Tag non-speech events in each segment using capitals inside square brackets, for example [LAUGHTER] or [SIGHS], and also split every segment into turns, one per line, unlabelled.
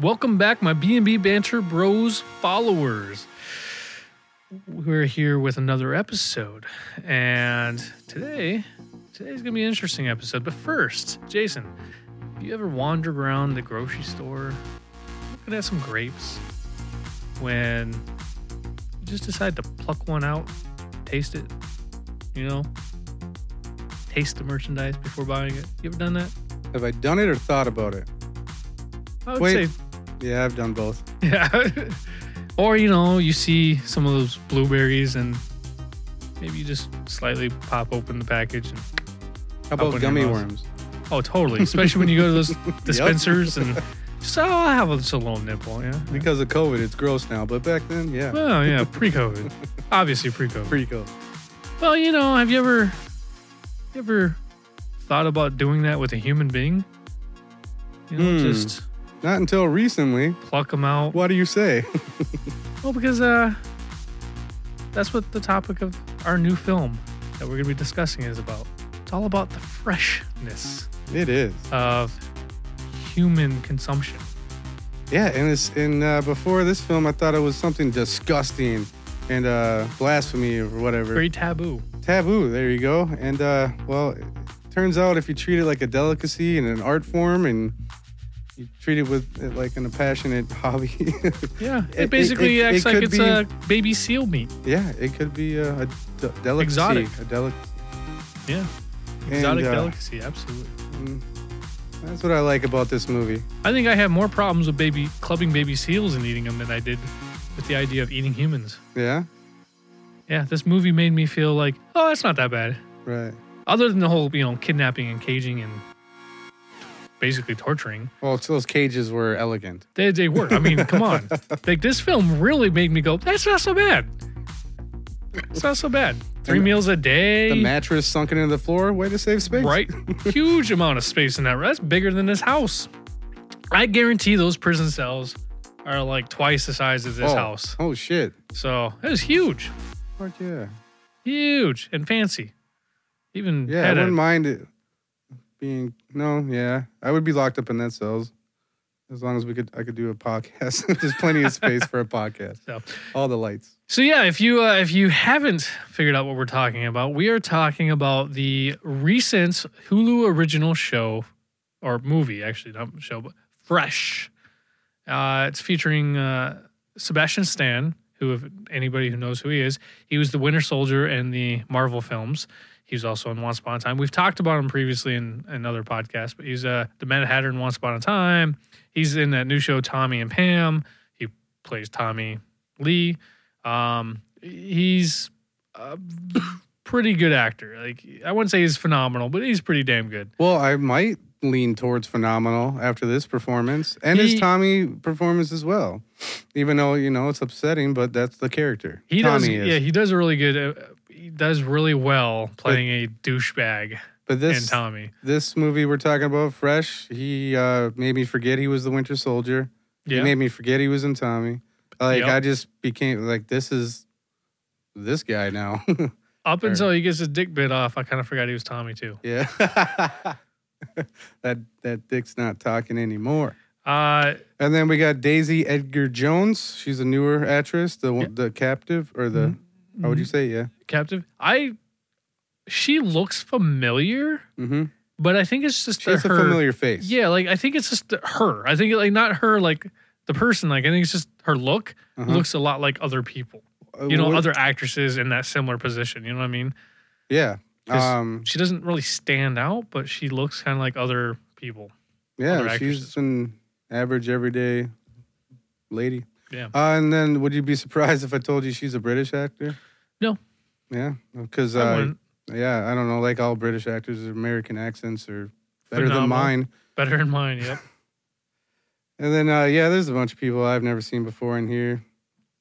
Welcome back, my B&B Banter Bros followers. We're here with another episode, and today, today's gonna be an interesting episode. But first, Jason, have you ever wandered around the grocery store looking at some grapes when you just decide to pluck one out, taste it, you know, taste the merchandise before buying it? You ever done that?
Have I done it or thought about it?
I would
Wait.
say
Yeah, I've done both.
Yeah. [LAUGHS] or, you know, you see some of those blueberries and maybe you just slightly pop open the package and
How
Up
about
in your
gummy
mouth.
worms?
oh, totally. Especially when you go to those dispensers and just, oh, I'll have just a little nipple. Yeah.
Because of COVID, it's gross now, but back then, yeah,
Well, yeah, pre COVID. Obviously, pre COVID.
pretty cool.
Well, you know, have you ever, you ever thought about doing that with a human being? You know,
Hmm.
just
Not until recently.
pluck them out.
What do you say? [LAUGHS]
Well, because uh, that's what the topic of our new film that we're going to be discussing is about. It's all about the freshness
It is.
of human consumption.
Yeah, and it's and uh, before this film, I thought it was something disgusting and uh, blasphemy or whatever.
Very taboo.
Taboo. There you go. And uh, well, it turns out if you treat it like a delicacy and an art form, and you treat it with it like an passionate [LAUGHS] hobby,
Yeah, it,
It- it-
basically
it- it
acts like
could
it's
be-
a baby seal meat.
yeah, it could be uh, a de- delicacy.
Exotic.
A delicacy.
Yeah,
And,
exotic
uh,
delicacy. Absolutely.
Mm. That's what I like about this movie.
I think I have more problems with baby clubbing baby seals and eating them than I did with the idea of eating humans.
Yeah?
Yeah, this movie made me feel like, oh, that's not that bad.
Right.
other than the whole you know kidnapping and caging and basically torturing
Well, it's- those cages were elegant.
they, they were i mean come
[LAUGHS]
on like this film really made me go that's not so bad it's not so bad three
And
meals a day
The mattress sunken into the floor, way to save space.
Mm.
[LAUGHS]
right huge amount of space in that that's bigger than this house i guarantee those prison cells are like twice the size of this
oh.
house
Oh, shit.
so it was huge
Fuck yeah.
huge and fancy even
Yeah, I
had a-
wouldn't mind it being, no, yeah. I would be locked up in that cells. As long as we could, I could do a podcast. [LAUGHS] There's plenty of space for a podcast.
so.
All the lights.
So yeah, if you uh, if you haven't figured out what we're talking about, we are talking about the recent Hulu original show or movie, actually not show, but Fresh. Uh, it's featuring uh, Sebastian Stan, who if anybody who knows who he is, he was the Winter Soldier in the Marvel films. He was also in Once Upon a Time. We've talked about him previously in another podcast, but he's uh, the Mad Hatter in Once Upon a Time. He's in that new show Tommy and Pam. He plays Tommy Lee. Um, he's a pretty good actor. Like I wouldn't say he's phenomenal, but he's pretty damn good.
Well, I might lean towards phenomenal after this performance and
He-
his Tommy performance as well. Even though, you know, it's upsetting, but that's the character.
He
Tommy
does,
is.
yeah, he does a really good. Uh, he does really well playing a douchebag
But this
in Tommy.
this movie we're talking about, Fresh, he uh, made me forget he was the Winter Soldier. He
Yeah,
made me forget he was in Tommy. Like
Yep.
I just became like this is this guy now. [LAUGHS]
up until he gets his dick bit off, I kind of forgot he was Tommy too.
yeah. [LAUGHS] that that dick's not talking anymore.
Uh,
And then we got Daisy Edgar Jones. She's a newer actress, the one- the captive or the
Mm-hmm,
how would you say? Yeah.
captive. I. She looks familiar,
Mm-hmm.
but I think it's just
She has
her.
a familiar face.
Yeah, like I think it's just her. I think like not her like the person. Like I think it's just her look
Uh-huh.
looks a lot like other people. You know,
Uh,
other actresses in that similar position. You know what I mean?
Yeah.
'Cause-
Um,
She doesn't really stand out, but she looks kind of like other people. other
yeah,
actresses.
she's an average everyday lady.
Yeah.
Uh, and then, would you be surprised if I told you she's a British actor?
No.
Yeah, because
I
uh,
wouldn't.
yeah, I don't know. Like all British actors, their American accents are better
Phenomenal.
than mine.
Better in mind. Yep.
And then, uh, yeah, there's a bunch of people I've never seen before in here.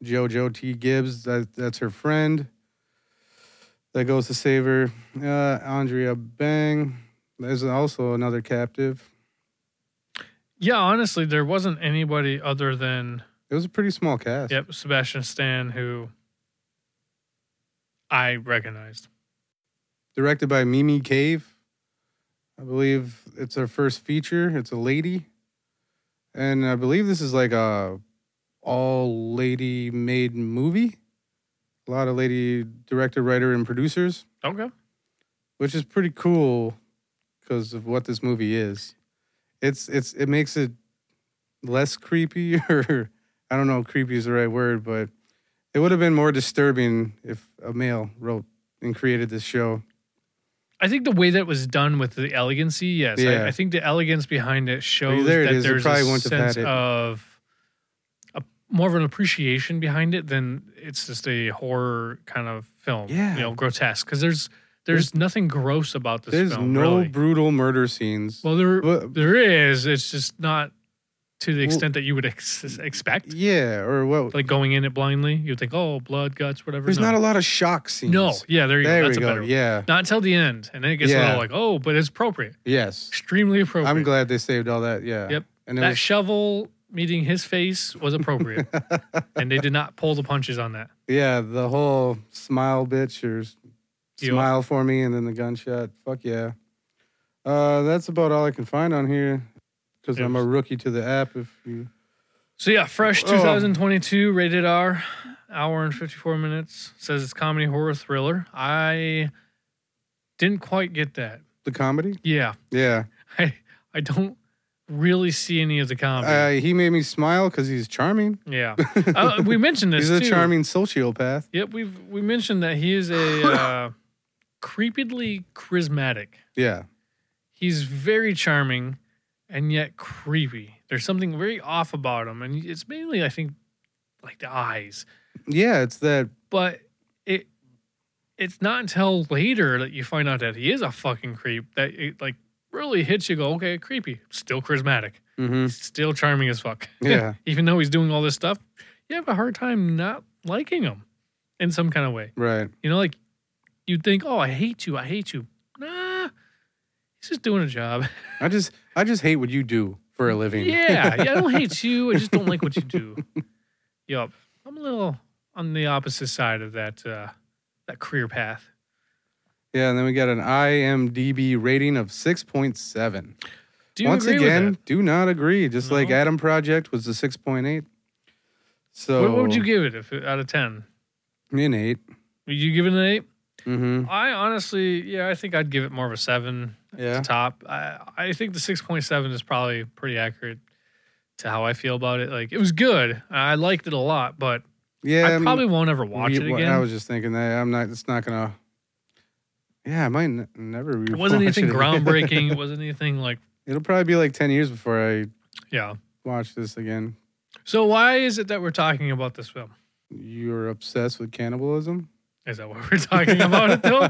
JoJo T. Gibbs, that, that's her friend. That goes to save her. Uh, Andrea Bang, there's also another captive.
[LAUGHS] yeah. Honestly, there wasn't anybody other than
It was a pretty small cast.
yep Sebastian Stan who I recognized.
directed by Mimi Cave. I believe it's her first feature. It's a lady. and I believe this is like a all lady made movie. A lot of lady director, writer, and producers,
Okay.
which is pretty cool because of what this movie is. It's it's it makes it less creepy, [LAUGHS] or I don't know, if creepy is the right word, but it would have been more disturbing if a male wrote and created this show.
I think the way that was done with the elegancy, yes,
Yeah.
I, I think the elegance behind it shows
there it
that
is. It
there's
probably
a
went to pat
sense
it.
of a, more of an appreciation behind it than it's just a horror kind of film.
Yeah.
you know, grotesque because there's there's nothing gross about this.
There's
film,
no
really.
brutal murder scenes.
well, there
Well,
there is. It's just not to the
Well-
extent that you would ex- expect.
yeah, or what?
Like going in it blindly, you'd think, oh, blood, guts, whatever.
There's
no.
not a lot of shock scenes.
no, yeah, there you
There
go. That's
we
a
go.
better one.
Yeah.
Not until the end, and then it gets a
Yeah.
little like, oh, but it's appropriate,
Yes.
extremely appropriate.
I'm glad they saved all that. Yeah.
Yep.
And it
that
was,
shovel meeting his face was
[LAUGHS]
appropriate, and they did not pull the punches on that.
yeah, the whole smile bitch or s-
Deal.
smile for me and then the gunshot. Fuck yeah. Uh, that's about all I can find on here because I'm a rookie to the app. If you,
So yeah, fresh
Oh.
2022 rated R, hour and 54 minutes. Says it's comedy, horror, thriller. I didn't quite get that.
the comedy,
Yeah, [LAUGHS]
yeah,
I I don't really see any of the comedy.
uh, he made me smile because he's charming. [LAUGHS]
yeah, uh, we mentioned this.
he's a
too.
charming sociopath.
Yep, we've we mentioned that he is a
[LAUGHS]
uh, creepily charismatic.
Yeah,
he's very charming and yet creepy. There's something very off about him, and it's mainly, I think, like the eyes.
yeah, it's that.
But it it's not until later that you find out that he is a fucking creep that it like really hits you. Go, okay, creepy, still charismatic,
hmm
still charming as fuck. [LAUGHS]
Yeah.
even though he's doing all this stuff, you have a hard time not liking him in some kind of way.
Right.
You know, like you'd think, oh, I hate you, I hate you. Nah, he's just doing a job.
I just, I just hate what you do for a living.
Yeah, yeah, I
[LAUGHS]
don't hate you. I just don't like what you do. Yup. I'm a little on the opposite side of that uh, that career path.
Yeah, and then we got an IMDb rating of 6.7.
Do you
Once
agree
again,
with
do not agree. Just like
No.
Adam Project was the 6.8.
that?
So
What, what would you give it if out of ten?
An 8.
Would you give it an eight?
Mm-hmm.
I honestly, yeah, I think I'd give it more of a seven
Yeah.
at the top. I, I think the six point seven is probably pretty accurate to how I feel about it. Like it was good. I liked it a lot, but
Yeah.
I
I'm-
probably won't ever watch
you-
it
well,
again.
I was just thinking that I'm not. It's not gonna. Yeah, I might n- never.
it wasn't
[LAUGHS] rewatch
anything
it again. [LAUGHS]
groundbreaking. It wasn't anything like
It'll probably be like 10 years before I
yeah.
watch this again.
So why is it that we're talking about this film?
You're obsessed with cannibalism.
Is that what we're talking about it
[LAUGHS]
though?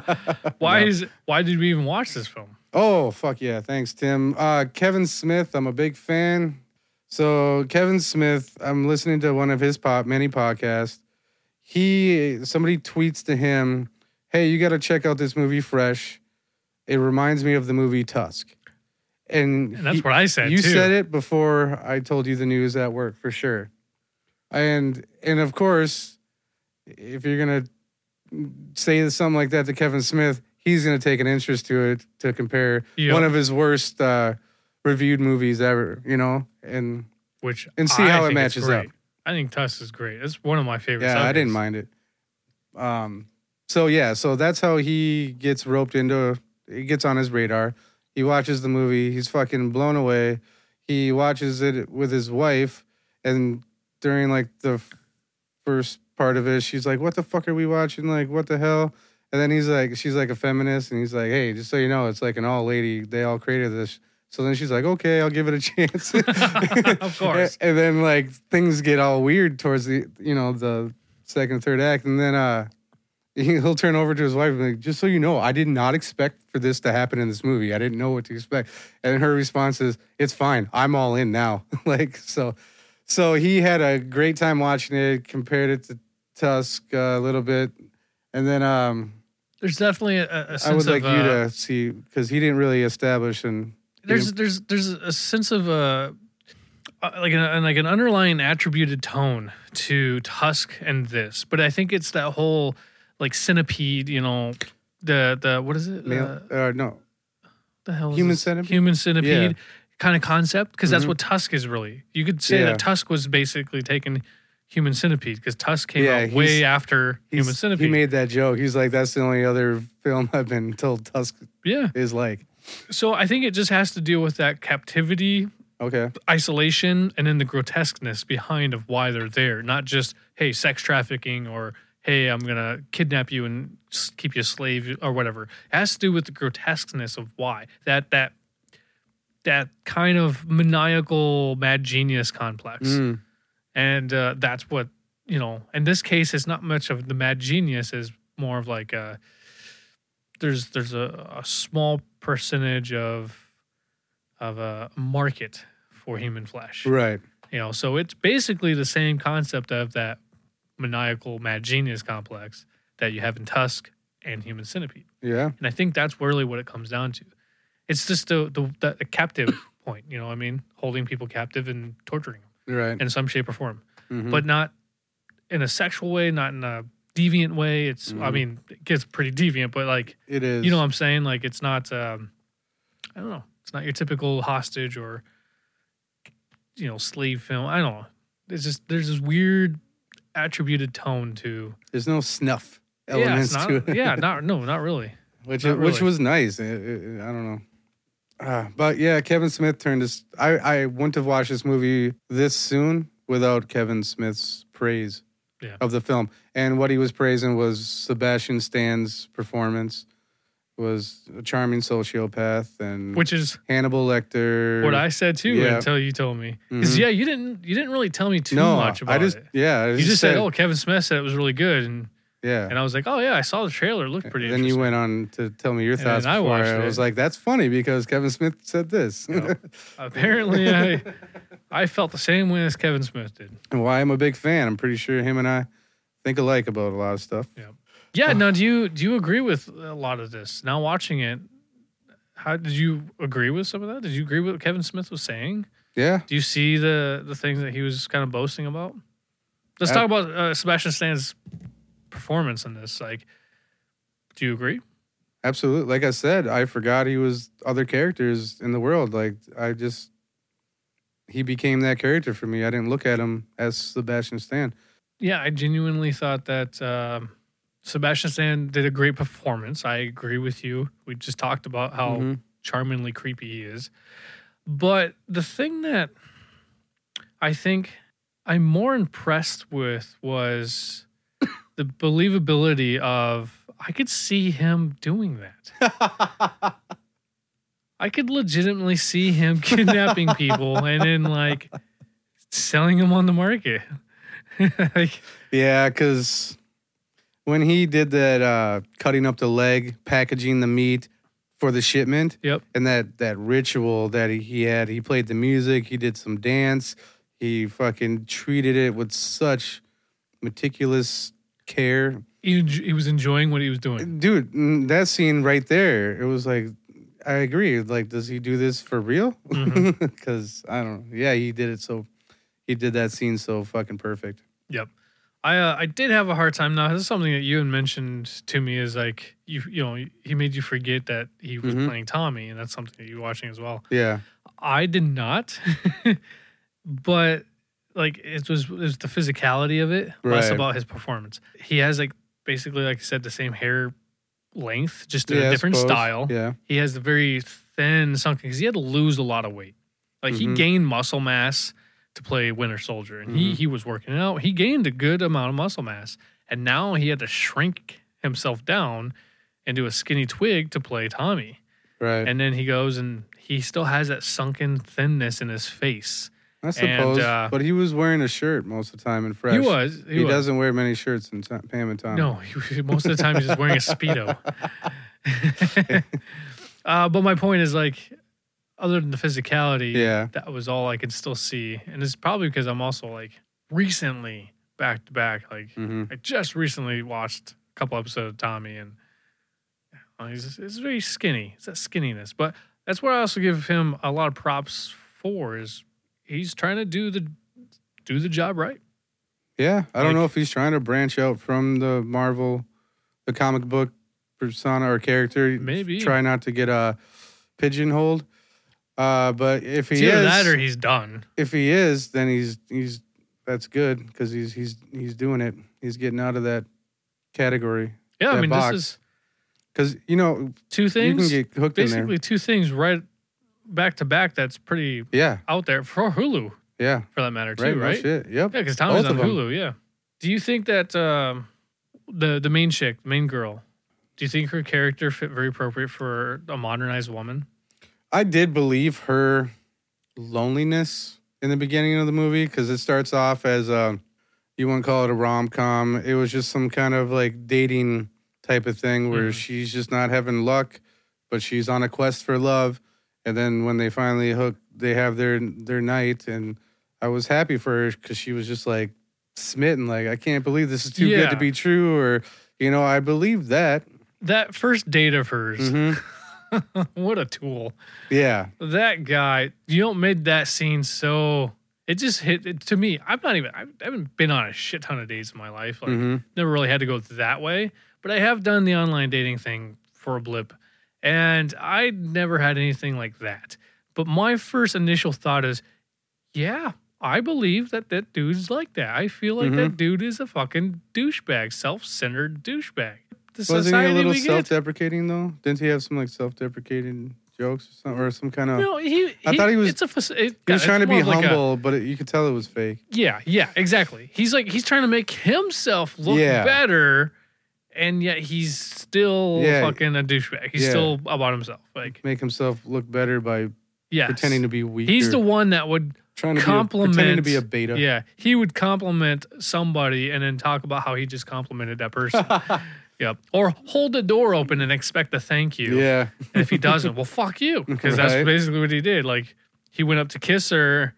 Why is why did we even watch this film?
Oh fuck yeah! Thanks, Tim. Uh, Kevin Smith, I'm a big fan. So Kevin Smith, I'm listening to one of his pop many podcasts. He somebody tweets to him, "Hey, you got to check out this movie Fresh. It reminds me of the movie Tusk." And,
And that's
he-
what I said.
you
too.
said it before I told you the news at work for sure. And and of course, if you're gonna say something like that to Kevin Smith, he's gonna take an interest to it to compare
Yeah.
one of his worst uh, reviewed movies ever, you know. And
which
and see
I
how it
think it's
matches
great.
up.
I think Tusk is great. It's one of my favorite.
yeah, I didn't mind it. Um, so yeah, so that's how he gets roped into. He gets on his radar. He watches the movie. He's fucking blown away. He watches it with his wife, and during like the f- first part of it, she's like, "What the fuck are we watching? Like, what the hell?" And then he's like, "She's like a feminist," and he's like, "Hey, just so you know, it's like an all lady. They all created this." So then she's like, "Okay, I'll give it a [LAUGHS] chance."
[LAUGHS] Of course.
And, then like things get all weird towards the you know the second and third act, and then uh. [LAUGHS] He'll turn over to his wife and be like, just so you know, I did not expect for this to happen in this movie. I didn't know what to expect. And her response is, "It's fine. I'm all in now." [LAUGHS] like so, so he had a great time watching it. Compared it to Tusk uh, a little bit, and then um,
There's definitely a, a- a
I
sense
would like
of
you
uh,
to see because he didn't really establish and
there's there's there's a sense of uh, uh, like an an- like an underlying attributed tone to Tusk and this, but I think it's that whole like centipede. You know, the the what is it?
male
Uh,
or no
the hell is
Human
this?
centipede?
Human centipede. kind of concept because that's
Mhm.
what Tusk is really. You could say
Yeah.
that Tusk was basically taking Human Centipede because Tusk came
Yeah,
out
he's-
way after
He's-
Human Centipede.
He made that joke. He's like, that's the only other film I've been told Tusk
yeah.
is like.
So I think it just has to deal with that captivity,
Okay.
isolation, and then the grotesqueness behind of why they're there. Not just hey, sex trafficking or hey, I'm gonna kidnap you and s- keep you a slave or whatever. It has to do with the grotesqueness of why that that that kind of maniacal mad genius complex.
Mm.
and uh, that's what you know in this case it's not much of the mad genius is more of like uh there's there's a, a small percentage of of a market for human flesh
Right.
you know so it's basically the same concept of that maniacal mad genius complex that you have in tusk and human centipede
Yeah.
and i think that's really what it comes down to it's just the the, the, the captive [COUGHS] point you know what i mean holding people captive and torturing them
Right.
in some shape or form
Mhm.
but not in a sexual way, not in a deviant way. It's I
Mhm.
mean, it gets pretty deviant, but like
it is.
you know what I'm saying? Like it's not um I don't know. It's not your typical hostage or you know, slave film. I don't know. It's just there's this weird attributed tone to
there's no snuff
Yeah, it's
elements
not-
to it. [LAUGHS]
yeah, not no, not really.
which
Not
which
really. Ah.
was nice. I- I I don't know, uh, but yeah, Kevin Smith turned this. I I wouldn't have watched this movie this soon without Kevin Smith's praise
Yeah.
of the film, and what he was praising was Sebastian Stan's performance was a charming sociopath and
Which is
Hannibal Lecter.
what I said too
Mm. Yeah.
until you told me. Because
Mhm.
yeah, you didn't you didn't really tell me too
no,
much about
I just
it.
yeah, I
You
just
just said, "Oh, Kevin Smith said it was really good," and
yeah.
and I was like, "Oh yeah, I saw the trailer. It looked pretty."
Then you
interesting."
went on to tell me your
And
thoughts.
then I
before.
watched
I
it.
was like, "That's funny because Kevin Smith said this."
Yep. [LAUGHS] Apparently, I I felt the same way as Kevin Smith did.
and why I'm a big fan. I'm pretty sure him and I think alike about a lot of stuff.
Yeah. Now, do you do you agree with a lot of this? Now watching it, how did you agree with some of that? Did you agree with what Kevin Smith was saying?
Yeah,
Do you see the the things that he was kind of boasting about? Let's talk about uh, Sebastian Stan's performance in this. Like, do you agree?
absolutely. Like I said, I forgot he was other characters in the world. Like I just he became that character for me. I didn't look at him as Sebastian Stan.
Yeah, I genuinely thought that um, Sebastian Stan did a great performance. I agree with you. We just talked about how
Mhm.
charmingly creepy he is. But the thing that I think I'm more impressed with was [COUGHS] the believability of I could see him doing that. I could legitimately see him [LAUGHS] kidnapping people and then like selling them on the market. [LAUGHS] like,
Yeah, because when he did that, uh, cutting up the leg, packaging the meat for the shipment.
Yep.
And that that ritual that he, he had, he played the music, he did some dance, he fucking treated it with such meticulous care.
he, enj- he was enjoying what he was doing.
Dude, mm, that scene right there, it was like, I agree. Like, does he do this for real?
Mm-hmm.
[LAUGHS] Because I don't. Yeah, he did it so. He did that scene so fucking perfect.
I uh, I did have a hard time. Now this is something that you had mentioned to me is like you you know he made you forget that he was
Mhm.
playing Tommy, and that's something that you're watching as well.
Yeah.
I did not, [LAUGHS] but like it was it was the physicality of it, less
Right.
about his performance. He has like basically like I said the same hair length, just in
yeah, I
a different
suppose.
style.
Yeah.
He has the very thin sunken because he had to lose a lot of weight. Like he
Mhm.
gained muscle mass to play Winter Soldier, and he he was working out. He gained a good amount of muscle mass, and now he had to shrink himself down into a skinny twig to play Tommy.
Right.
And then he goes and he still has that sunken thinness in his face.
I suppose,
uh,
but he was wearing a shirt most of the time and fresh.
He was he,
He, um,
was.
doesn't wear many shirts in Tom, Pam and Tom.
No, he- most of the time he's just wearing a speedo. [LAUGHS] uh, but my point is like, other than the physicality,
Yeah.
that was all I could still see. And it's probably because I'm also like recently back to back. Like
hmm
I just recently watched a couple episodes of Tommy, and uh, he's it's very skinny. It's that skinniness, but that's where I also give him a lot of props for is he's trying to do the do the job right.
Yeah. I don't
Like-
know if he's trying to branch out from the Marvel, the comic book persona or character.
Maybe.
Try not to get uh, pigeonholed. Uh, but if he
It's either
is,
that or he's done.
if he is, then he's he's that's good because he's he's he's doing it. He's getting out of that category
Yeah, I
that
mean,
box.
this is
because you know
two things.
you can get hooked in there.
basically, two things right back to back. That's pretty
Yeah,
out there for Hulu,
yeah,
for that matter, too.
right,
Right?
no shit, yep.
Yeah, because Tommy's
Both
on
of 'em.
Hulu. Yeah. Do you think that um, the the main chick, main girl, do you think her character fit very appropriate for a modernized woman?
I did believe her loneliness in the beginning of the movie because it starts off as a, you wouldn't call it a rom com. It was just some kind of like dating type of thing where
Mhm.
she's just not having luck, but she's on a quest for love. And then when they finally hook, they have their their night, and I was happy for her because she was just like smitten, like I can't believe this is too good
Yeah.
to be true, or you know, I
[LAUGHS]
believe that.
That first date of hers,
Mhm.
[LAUGHS] what a tool.
Yeah,
That guy, you don't made that scene so. It just hit it, to me. I'm not even. I haven't been on a shit ton of dates in my life. Like,
Mhm.
never really had to go that way, but I have done the online dating thing for a blip, and I never had anything like that. But my first initial thought is, yeah, I believe that that dude's like that. I feel like
Mm-hmm.
that dude is a fucking douchebag, self-centered douchebag. The
Wasn't he a
society
little
we get.
self-deprecating though? Didn't he have some like self-deprecating jokes or something, or some kind of?
No, he,
I thought he was-
It's a, fac- it,
he
yeah,
was
it's
trying to be
more of like a-
humble, but it, you could tell it was fake.
Yeah, yeah, exactly. He's like he's trying to make himself look
Yeah.
better, and yet he's still
Yeah.
fucking a douchebag. He's
Yeah.
still about himself. Like,
Make himself look better by
yeah,
pretending to be weak.
he's
or
the one that would,
trying to
compliment-
be a, pretending to be a beta.
yeah, he would compliment somebody and then talk about how he just complimented that
[LAUGHS]
person. yep. Or hold the door open and expect a thank you.
[LAUGHS] yeah,
And if he doesn't, well, fuck you. Because that's
Right.
basically what he did. Like, he went up to kiss her,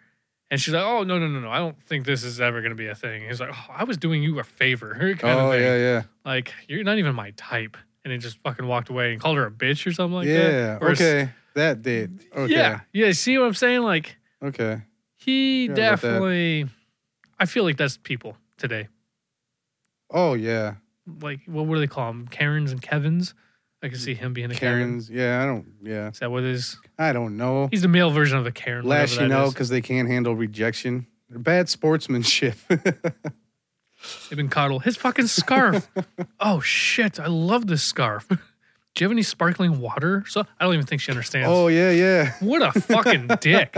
and she's like, oh, no, no, no, no. I don't think this is ever going to be a thing. He's like, oh, I was doing you a favor. [LAUGHS] [LAUGHS] Kind
oh
of thing.
yeah, yeah,
Like, you're not even my type. And he just fucking walked away and called her a bitch or something like
yeah.
that. Or a s-
okay, that date. Okay,
Yeah. Yeah. See what I'm saying? Like,
okay.
he
Forgot about that.
definitely, I feel like that's people today.
Oh yeah,
Like, what, what do they call them? Karens and Kevins? I can see him being a Karen.
Karens. Yeah, I don't. Yeah,
Is that what it is?
I don't know.
He's the male version of a Karen. whatever
Last
that
you know,
is.
because they can't handle rejection. They're bad sportsmanship. [LAUGHS]
Ibn Coddle. His fucking
[LAUGHS]
scarf. oh shit! I love this scarf. [LAUGHS] Do you have any sparkling water? So I don't even think she understands.
oh yeah, yeah.
what a
[LAUGHS]
fucking dick.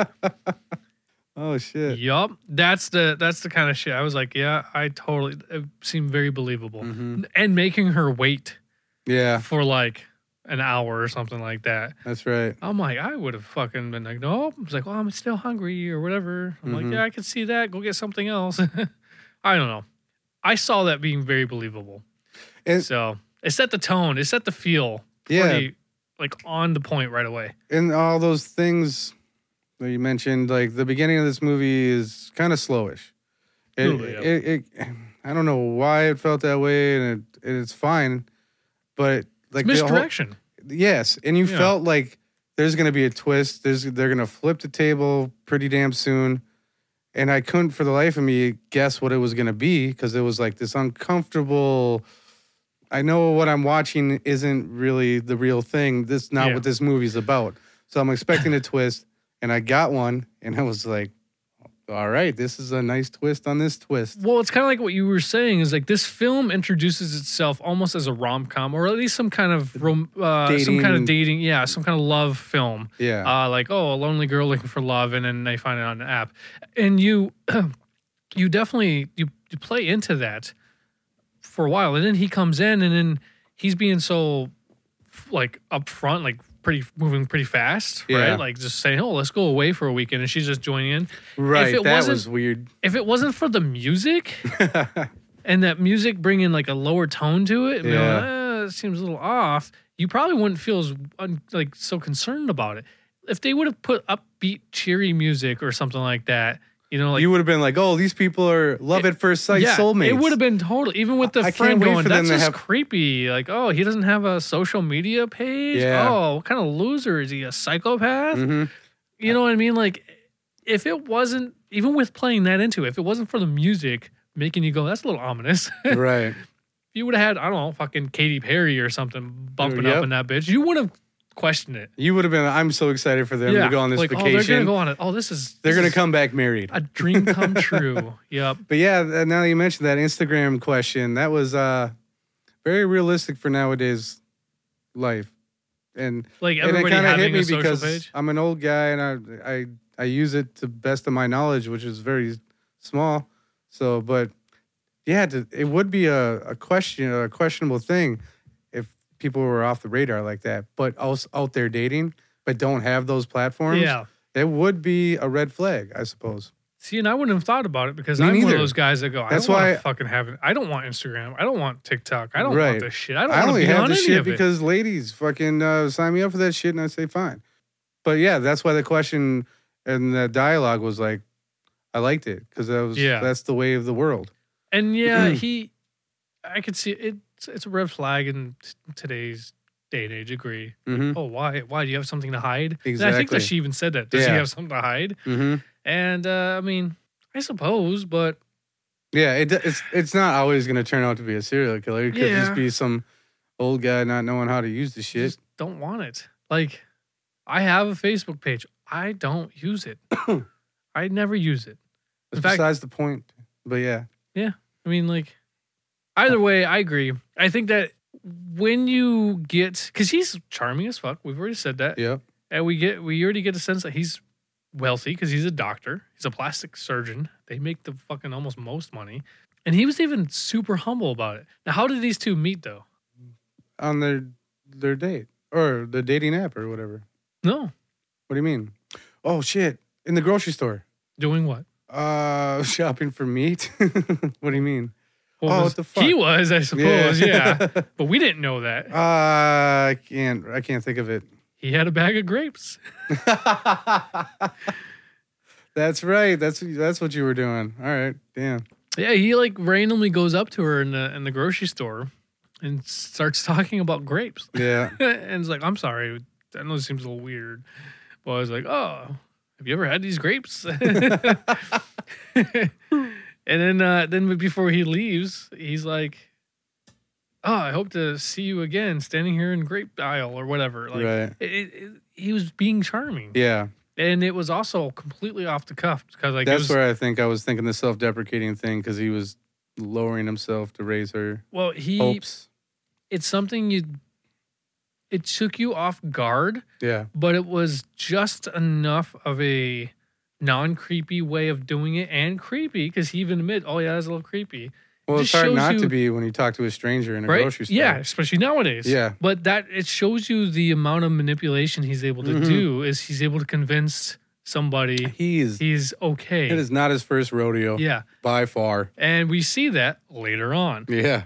Oh shit.
yup. That's the that's the kind of shit. I was like, yeah, I totally. It seemed very believable.
Mhm.
And making her wait
Yeah,
for like an hour or something like that.
that's right.
I'm like, I would have fucking been like, nope. It's like, well, I'm still hungry or whatever. I'm
Mhm.
like, yeah, I can see that. Go get something else. [LAUGHS] I don't know. I saw that being very believable.
And-
so it set the tone. It set the feel.
Yeah,
Pretty, like on the point right away.
and all those things that you mentioned, like the beginning of this movie is kind of slowish. It,
Little bit, yeah.
it, it- I don't know why it felt that way, and it, it's fine, but like
It's
the whole-
misdirection.
yes, and you
Yeah.
felt like there's gonna be a twist. There's they're gonna flip the table pretty damn soon, and I couldn't for the life of me guess what it was gonna be because it was like this uncomfortable. I know what I'm watching isn't really the real thing. This not
Yeah.
what this movie's about. So I'm expecting a twist, and I got one, and I was like, "All right, this is a nice twist on this twist."
Well, it's kind of like what you were saying is like this film introduces itself almost as a rom com or at least some kind of rom- uh, some kind
Dating.
of dating, yeah, some kind of love film.
Yeah,
uh, like oh a lonely girl looking for love and then they find it on an app and you [CLEARS THROAT] you definitely you, you play into that for a while and then he comes in and then he's being so like upfront like pretty moving pretty fast
Yeah.
right like just saying oh let's go away for a weekend and she's just joining in
right.
it
That
wasn't-
was weird.
if it wasn't for the
[LAUGHS]
music and that music bringing like a lower tone to it, and being
Yeah.
like, "Uh, it seems a little off. You probably wouldn't feel as un- like so concerned about it if they would have put upbeat, cheery music or something like that. You know, like
you would have been like, "Oh, these people are love at first sight
yeah,
soulmates."
It would have been total. Even with the
I
friend
can't wait
going,
for them
that's
to
just
have-
creepy. Like, oh, he doesn't have a social media page.
Yeah.
Oh, what kind of loser is he? A psychopath?
Mhm.
You know what I mean? Like, if it wasn't even with playing that into it, if it wasn't for the music making you go, that's a little ominous. [LAUGHS] if
right.
you would have had, I don't know, fucking Katy Perry or something bumping
Yep.
up in that bitch, you would have question it.
You would have been. I'm so excited for them to go on this
like, Oh, they're
vacation.
gonna go on it. Oh, this is
they're
this [LAUGHS]
gonna
is
come back married.
a dream come
[LAUGHS]
true. Yep.
But yeah, th- now that you mentioned that Instagram question, that was uh very realistic for nowadays life. And
Like
and it
everybody
kind of hit
having
me
a social
because
page.
I'm an old guy and I I I use it to best of my knowledge, which is very small. So, but yeah, to, it would be a, a question a questionable thing if people were off the radar like that, but also out there dating but don't have those platforms.
Yeah.
That would be a red flag, I suppose.
See, and I wouldn't have thought about it because
Me
I'm one
neither.
of those guys that go, I
That's
don't want
why-
to fucking have it. I don't want Instagram. I don't want TikTok. I don't
Right.
want this shit. I don't
I,
want to
only
be
have
on
the
any
shit
of it.
because ladies fucking uh, sign me up for that shit, and I say fine. But yeah, that's why the question and the dialogue was like, I liked it because that was
Yeah.
that's the way of the world.
And
[CLEARS THROAT]
yeah, he, I could see it. It's, it's a red flag in t- today's day and age. Agree.
Mm-hmm.
Oh, why? Why do you have something to hide? And I think
Exactly.
that she even said that. Does
Yeah.
he have something to hide?
Mm-hmm.
And uh, I mean, I suppose, but
Yeah, it, it's it's not always gonna turn out to be a serial killer. It could just
Yeah.
be some old guy not knowing how to use the
I
shit.
just don't want it. Like, I have a Facebook page. I don't use
[CLEARS THROAT]
it. I never use it.
That's
fact-
besides the point. But yeah,
I mean, like, either way, I agree. I think that when you get, because he's charming as fuck. We've already said that,
yep,
and we get, we already get a sense that he's wealthy because he's a doctor. He's a plastic surgeon. They make the fucking almost most money, and he was even super humble about it. Now, how did these two meet though?
on their their date or the dating app or whatever.
No,
What do you mean? Oh shit, in the grocery store.
doing what?
Uh, [LAUGHS] shopping for meat. [LAUGHS] what do you mean?
What
Oh,
was-
what the fuck?
He was, I suppose.
[LAUGHS]
Yeah. but we didn't know that
uh, I can't. I can't think of it. [LAUGHS]
he had a bag of grapes.
that's right. That's that's what you were doing. All right. Damn.
Yeah, he like randomly goes up to her in the in the grocery store and starts talking about grapes.
Yeah.
and it's like, I'm sorry, I know this seems a little weird. But I was like, oh, have you ever had these grapes? [LAUGHS] and then uh, then before he leaves, he's like, oh, I hope to see you again standing here in grape aisle or whatever. [LAUGHS] Like,
right.
it, it, it- he was being charming.
Yeah.
And it was also completely off the cuff because like it
that's
was,
where I think I was thinking the self-deprecating thing because he was lowering himself to raise her
well he
hopes.
it's something you it took you off guard
Yeah.
but it was just enough of a non-creepy way of doing it and creepy because he even admitted oh yeah that's a little creepy
Well,
It
it's
just
hard
shows
not
you-
to be when you talk to a stranger in a
right
grocery store.
yeah especially nowadays
Yeah.
but that it shows you the amount of manipulation he's able to
Mhm.
do is he's able to convince somebody
He's.
he's okay
It is not his first rodeo
yeah
by far.
and we see that later on
Yeah.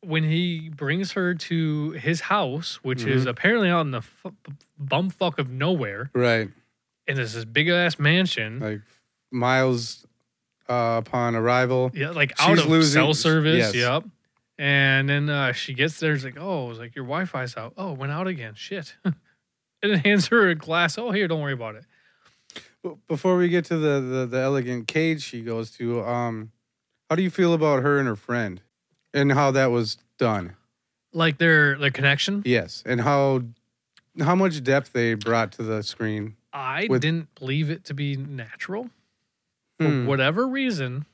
when he brings her to his house, which
Mm-hmm.
is apparently out in the f- bumfuck of nowhere,
Right.
and there's this big ass mansion,
like miles uh, upon arrival.
yeah, like
She's
out of
losing-
cell service,
yes.
yep. And then uh, she gets there, it's like, oh, it's like your Wi-Fi's out. Oh, it went out again. Shit. [LAUGHS] and then hands her a glass. Oh, here, don't worry about it.
B- Before we get to the, the the elegant cage she goes to, um, how do you feel about her and her friend, and how that was done?
Mm-hmm. Like their their connection.
Yes, and how how much depth they brought to the screen.
I
With-
didn't believe it to be natural
Hmm.
for whatever reason.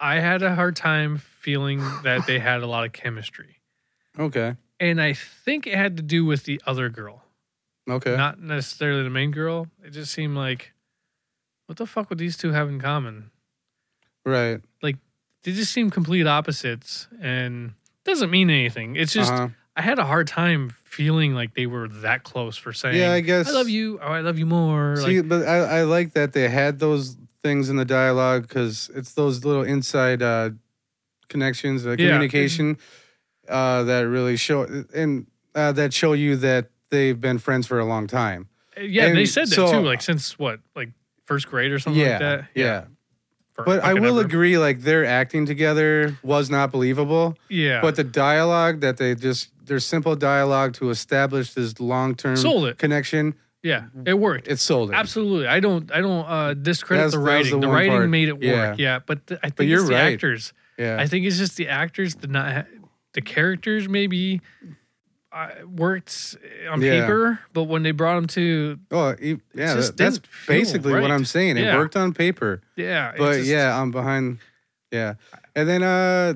I had a hard time
[LAUGHS]
feeling that they had a lot of chemistry.
Okay,
and I think it had to do with the other girl,
okay,
not necessarily the main girl. It just seemed like, what the fuck would these two have in common?
right.
They just seem complete opposites, and doesn't mean anything. It's just
uh-huh.
I had a hard time feeling like they were that close for saying,
yeah, I guess.
I love you, or I love you more.
See,
like,
but I, I like that they had those things in the dialogue because it's those little inside uh, connections, the communication
Mm-hmm.
uh, that really show and uh, that show you that they've been friends for a long time.
yeah, they
and
said that
so-
too. Like since what, like first grade or something
yeah,
like that.
yeah,
for
But I
fucking
will
ever.
agree, like their acting together was not believable.
Yeah,
But the dialogue that they just their simple dialogue to establish this long term
Sold it.
connection,
yeah, it worked.
it sold it.
Absolutely, I don't. I don't uh, discredit
That's-
the
that was
writing.
the
The,
one
writing
part.
made it work.
Yeah.
Yeah, but th- I think
you're
it's the
right.
actors.
Yeah,
I think it's just the actors did not. Ha- the characters maybe uh, worked on
Yeah.
paper, but when they brought him to
Oh, e- yeah,
just
that- that's
didn't feel
basically what
right.
I'm saying. It
Yeah.
worked on paper,
yeah, it
but
just-
yeah, I'm behind. Yeah, and then uh,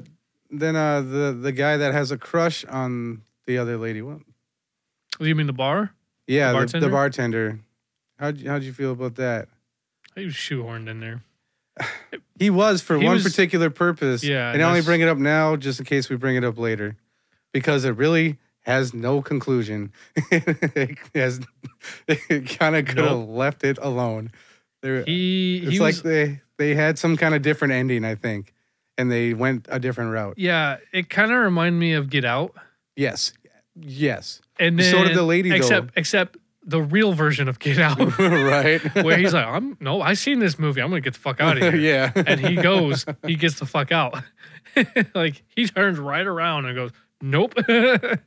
then uh, the the guy that has a crush on the other lady. What?
you mean the bar?
Yeah, the the,
bartender?
bartender. How'd you, how'd you feel about that?
He was shoehorned in there.
He was for
He
one
was-
particular purpose.
Yeah,
and I only
that's-
bring it up now just in case we bring it up later, because it really has no conclusion. [LAUGHS] it has, it kind of could have
Nope.
left it alone. There,
He
it's
he
like
was
they they had some kind of different ending, I think, and they went a different route.
yeah. It kind of reminded me of Get Out,
Yes,
[LAUGHS]
yes,
and then
So did the lady, though.
except except the real version of Get Out,
[LAUGHS] right.
where he's like, I'm no, I seen this movie. I'm gonna get the fuck out of
[LAUGHS]
here.
yeah,
and he goes, he gets the fuck out. [LAUGHS] like he turns right around and goes, nope. [LAUGHS] now,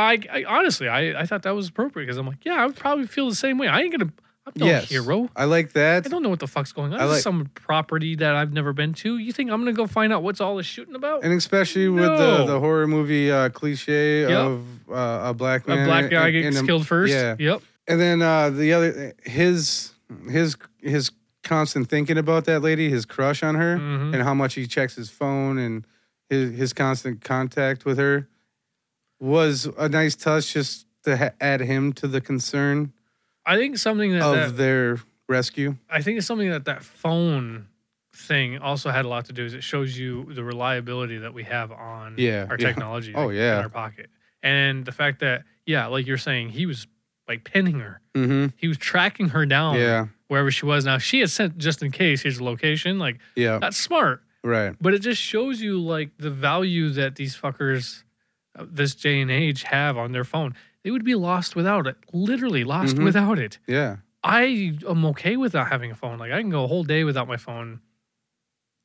I, I honestly, I, I thought that was appropriate because I'm like, yeah, I would probably feel the same way. I ain't gonna, I'm no
Yes.
hero.
I like that.
I don't know what the fuck's going on.
I
this
like-
is some property that I've never been to. You think I'm gonna go find out what's all this shooting about?
and especially with the,
No.
the horror movie uh, cliche
Yep.
of uh, a black man,
a black guy
in- in
gets
a-
killed first.
yeah.
Yep.
and then uh, the other his his his constant thinking about that lady, his crush on her,
Mhm.
and how much he checks his phone and his his constant contact with her was a nice touch, just to ha- add him to the concern
I think something that, that
of their rescue.
I think it's something that that phone thing also had a lot to do is it shows you the reliability that we have on
Yeah,
our
yeah.
technology
Oh,
like,
yeah.
in our pocket and the fact that yeah like you're saying he was like pinning her
Mm-hmm.
he was tracking her down
Yeah,
wherever she was now she had sent just in case here's the location like
yeah,
that's smart
right.
but it just shows you like the value that these fuckers uh, this day and age have on their phone they would be lost without it literally lost
Mhm.
without it
Yeah,
I am okay with not having a phone. Like I can go a whole day without my phone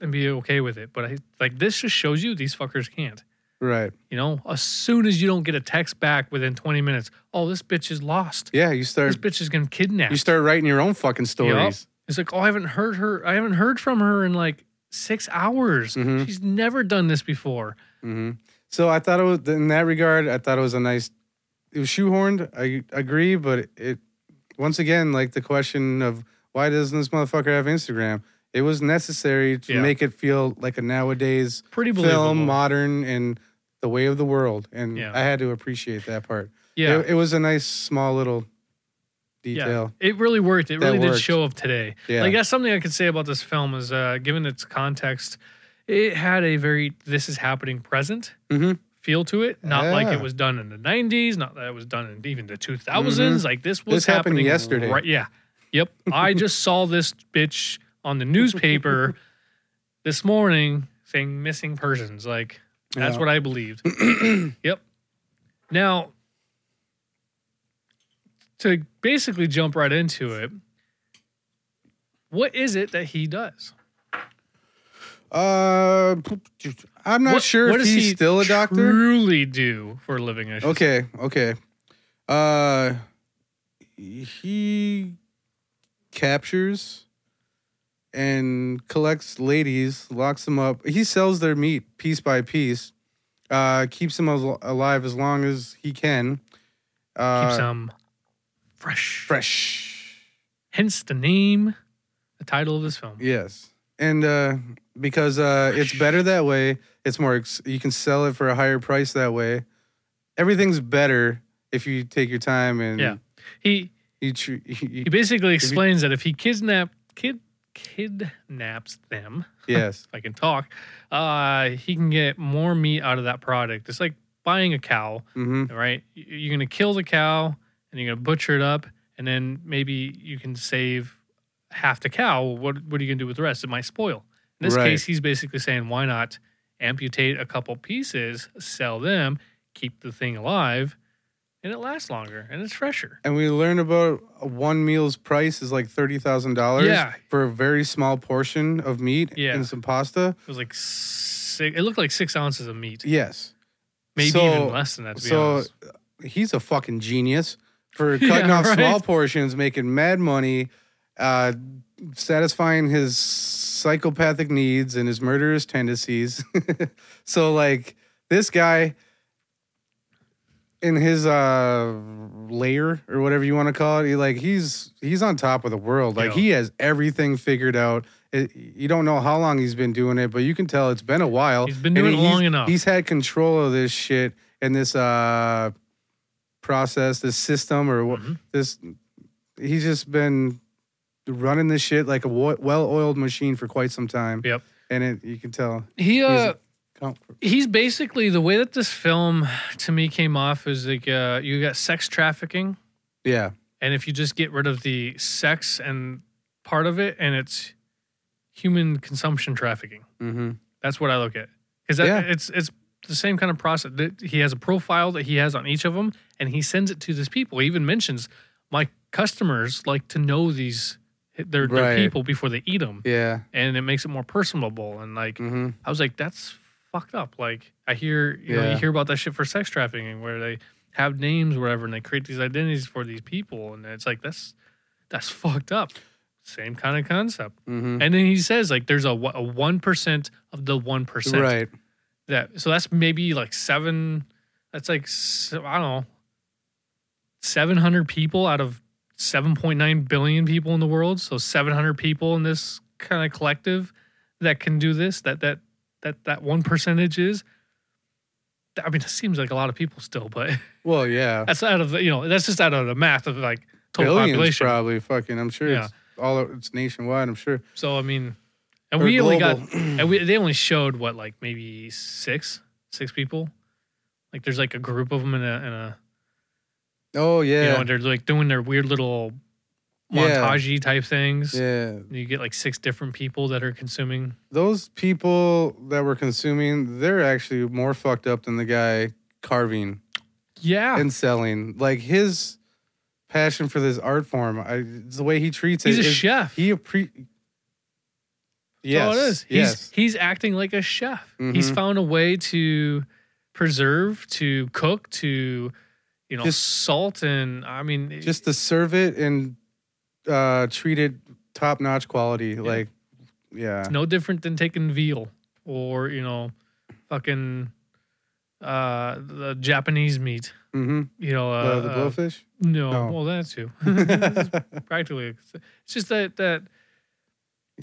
and be okay with it. But I like this just shows you these fuckers can't.
right.
You know, as soon as you don't get a text back within 20 minutes, oh this bitch is lost.
Yeah, you
This
start
bitch is gonna kidnap.
you start writing your own fucking stories.
it's like, oh I haven't heard her. I haven't heard from her in like six hours.
Mhm.
She's never done this before.
hmm So I thought it was in that regard. I thought it was a nice. It was shoehorned. I agree, but it once again like the question of why doesn't this motherfucker have Instagram? It was necessary to
Yeah.
make it feel like a nowadays
Pretty believable.
film, uh, modern, and the way of the world. And
Yeah.
I had to appreciate that part.
yeah.
It, it was a nice small little detail.
It really worked. It
That
really
worked.
did show of today.
Yeah.
Like that's something I could say about this film is uh, given its context, it had a very this is happening present
Mhm.
feel to it. Not like
Yeah.
it was done in the '90s. Not that it was done in even the 2000s. Like this was
Mm-hmm. This happened
happening
yesterday.
Right? Yeah. Yep. I just saw this bitch
[LAUGHS]
on the newspaper this morning saying missing persons. Like that's
Yeah.
what I
[CLEARS THROAT]
believed. yep. Now, to basically jump right into it, what is it that he does?
Uh, I'm not
What-
sure
what
if
does
he's
he
still a doctor.
Truly do for a living. I should say.
Okay, okay. Uh he captures and collects ladies, locks them up. He sells their meat piece by piece. Uh keeps them al- alive as long as he can. Uh
Keeps them fresh.
fresh.
Hence the name, the title of this film.
Yes. And uh because uh it's better that way, it's more ex- you can sell it for a higher price that way. Everything's better if you take your time and
Yeah. He
you, tr- [LAUGHS]
[LAUGHS] he
you
basically
he-
explains that if he kidnap kid kidnaps them,
Yes.
if I can talk, uh, he can get more meat out of that product. It's like buying a cow.
Mm-hmm.
right? Y- You're going to kill the cow and you're going to butcher it up, and then maybe you can save half the cow. What what are you going to do with the rest? It might spoil. In this
Right.
case, he's basically saying, why not amputate a couple pieces, sell them, keep the thing alive, and it lasts longer and it's fresher.
And we learned about one meal's price is like thirty thousand dollars.
Yeah.
For a very small portion of meat
Yeah.
and some pasta.
It was like six, it looked like six ounces of meat,
Yes.
maybe
So-
even less than that. To be
so-
honest,
He's a fucking genius for cutting
[LAUGHS] Yeah,
off
right.
small portions, making mad money, uh, satisfying his psychopathic needs and his murderous [LAUGHS] tendencies. so like this guy in his uh layer or whatever you want to call it, he, like he's he's on top of the world. Like
Yeah.
he has everything figured out. It, you don't know how long he's been doing it, but you can tell it's been a while.
He's been doing
And
it long
he's-
enough.
He's had control of this shit and this uh process, this system, or what
Mhm.
this. He's just been running this shit like a wo- well-oiled machine for quite some time.
Yep.
and it you can tell.
He uh,
Com-
he's basically the way that this film to me came off is like uh, you got sex trafficking,
Yeah,
and if you just get rid of the sex and part of it, and it's human consumption trafficking.
mm-hmm.
That's what I look at because
Yeah.
it's it's the same kind of process. That he has a profile that he has on each of them, and he sends it to these people. He even mentions my customers like to know these their, their
Right.
people before they eat them,
yeah,
and it makes it more personable. And like
mm-hmm.
I was like, that's fucked up. Like I hear you know you
Yeah.
hear about that shit for sex trafficking where they have names or whatever, and they create these identities for these people, and it's like that's that's fucked up. Same kind of concept.
Mm-hmm.
And then he says like there's a one percent of the one percent.
Right.
That so that's maybe like seven. That's like s- I don't know. Seven hundred people out of seven point nine billion people in the world. So seven hundred people in this kind of collective that can do this. That that that that one percentage is. I mean, it seems like a lot of people still, but [LAUGHS]
Well, yeah.
that's out of the, you know that's just out of the math of like total
Billions
population.
probably fucking. I'm sure it's all o- it's nationwide. I'm sure.
So I mean, and
Or
we only got
global.
And
Mm-hmm.
we, they only showed what, like maybe six, six people. Like there's like a group of them in a, in a
[CLEARS THROAT] oh yeah,
you know, and they're like doing their weird little
Yeah.
montagey type things.
yeah.
You get like six different people that are consuming.
Those people that were consuming, they're actually more fucked up than the guy carving
Yeah,
and selling. Like his passion for this art form, I, it's the way he treats
he's
it.
a
is-
chef.
He appre. Yes,
That's all it is. He's
yes.
he's acting like a chef. He's
Mhm.
found a way to preserve, to cook, to you know,
Just-
salt and I mean,
Just to serve it and uh, treat it top notch quality. Like, yeah.
It's no different than taking veal or you know, fucking uh the Japanese meat.
Mm-hmm.
You know, uh,
the, the
uh, [LAUGHS]
blowfish.
no,
no.
well that
[LAUGHS]
too. [LAUGHS] Practically, it's just that that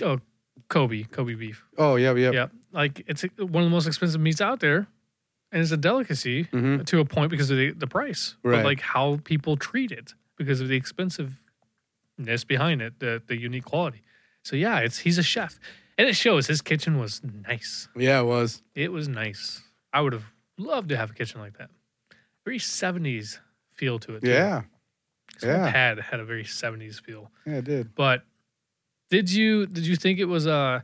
oh, Kobe, Kobe beef.
oh yeah, yeah.
Yeah, like it's one of the most expensive meats out there, and it's a delicacy
Mm-hmm.
to a point because of the, the price, but
Right.
like how people treat it because of the expensiveness behind it, the the unique quality. So yeah, it's he's a chef, and it shows his kitchen was nice.
Yeah, it was.
It was nice. I would have loved to have a kitchen like that. Very seventies feel to it. too.
Yeah,
This whole
yeah.
pad had a very seventies feel.
yeah, it did.
But did you did you think it was uh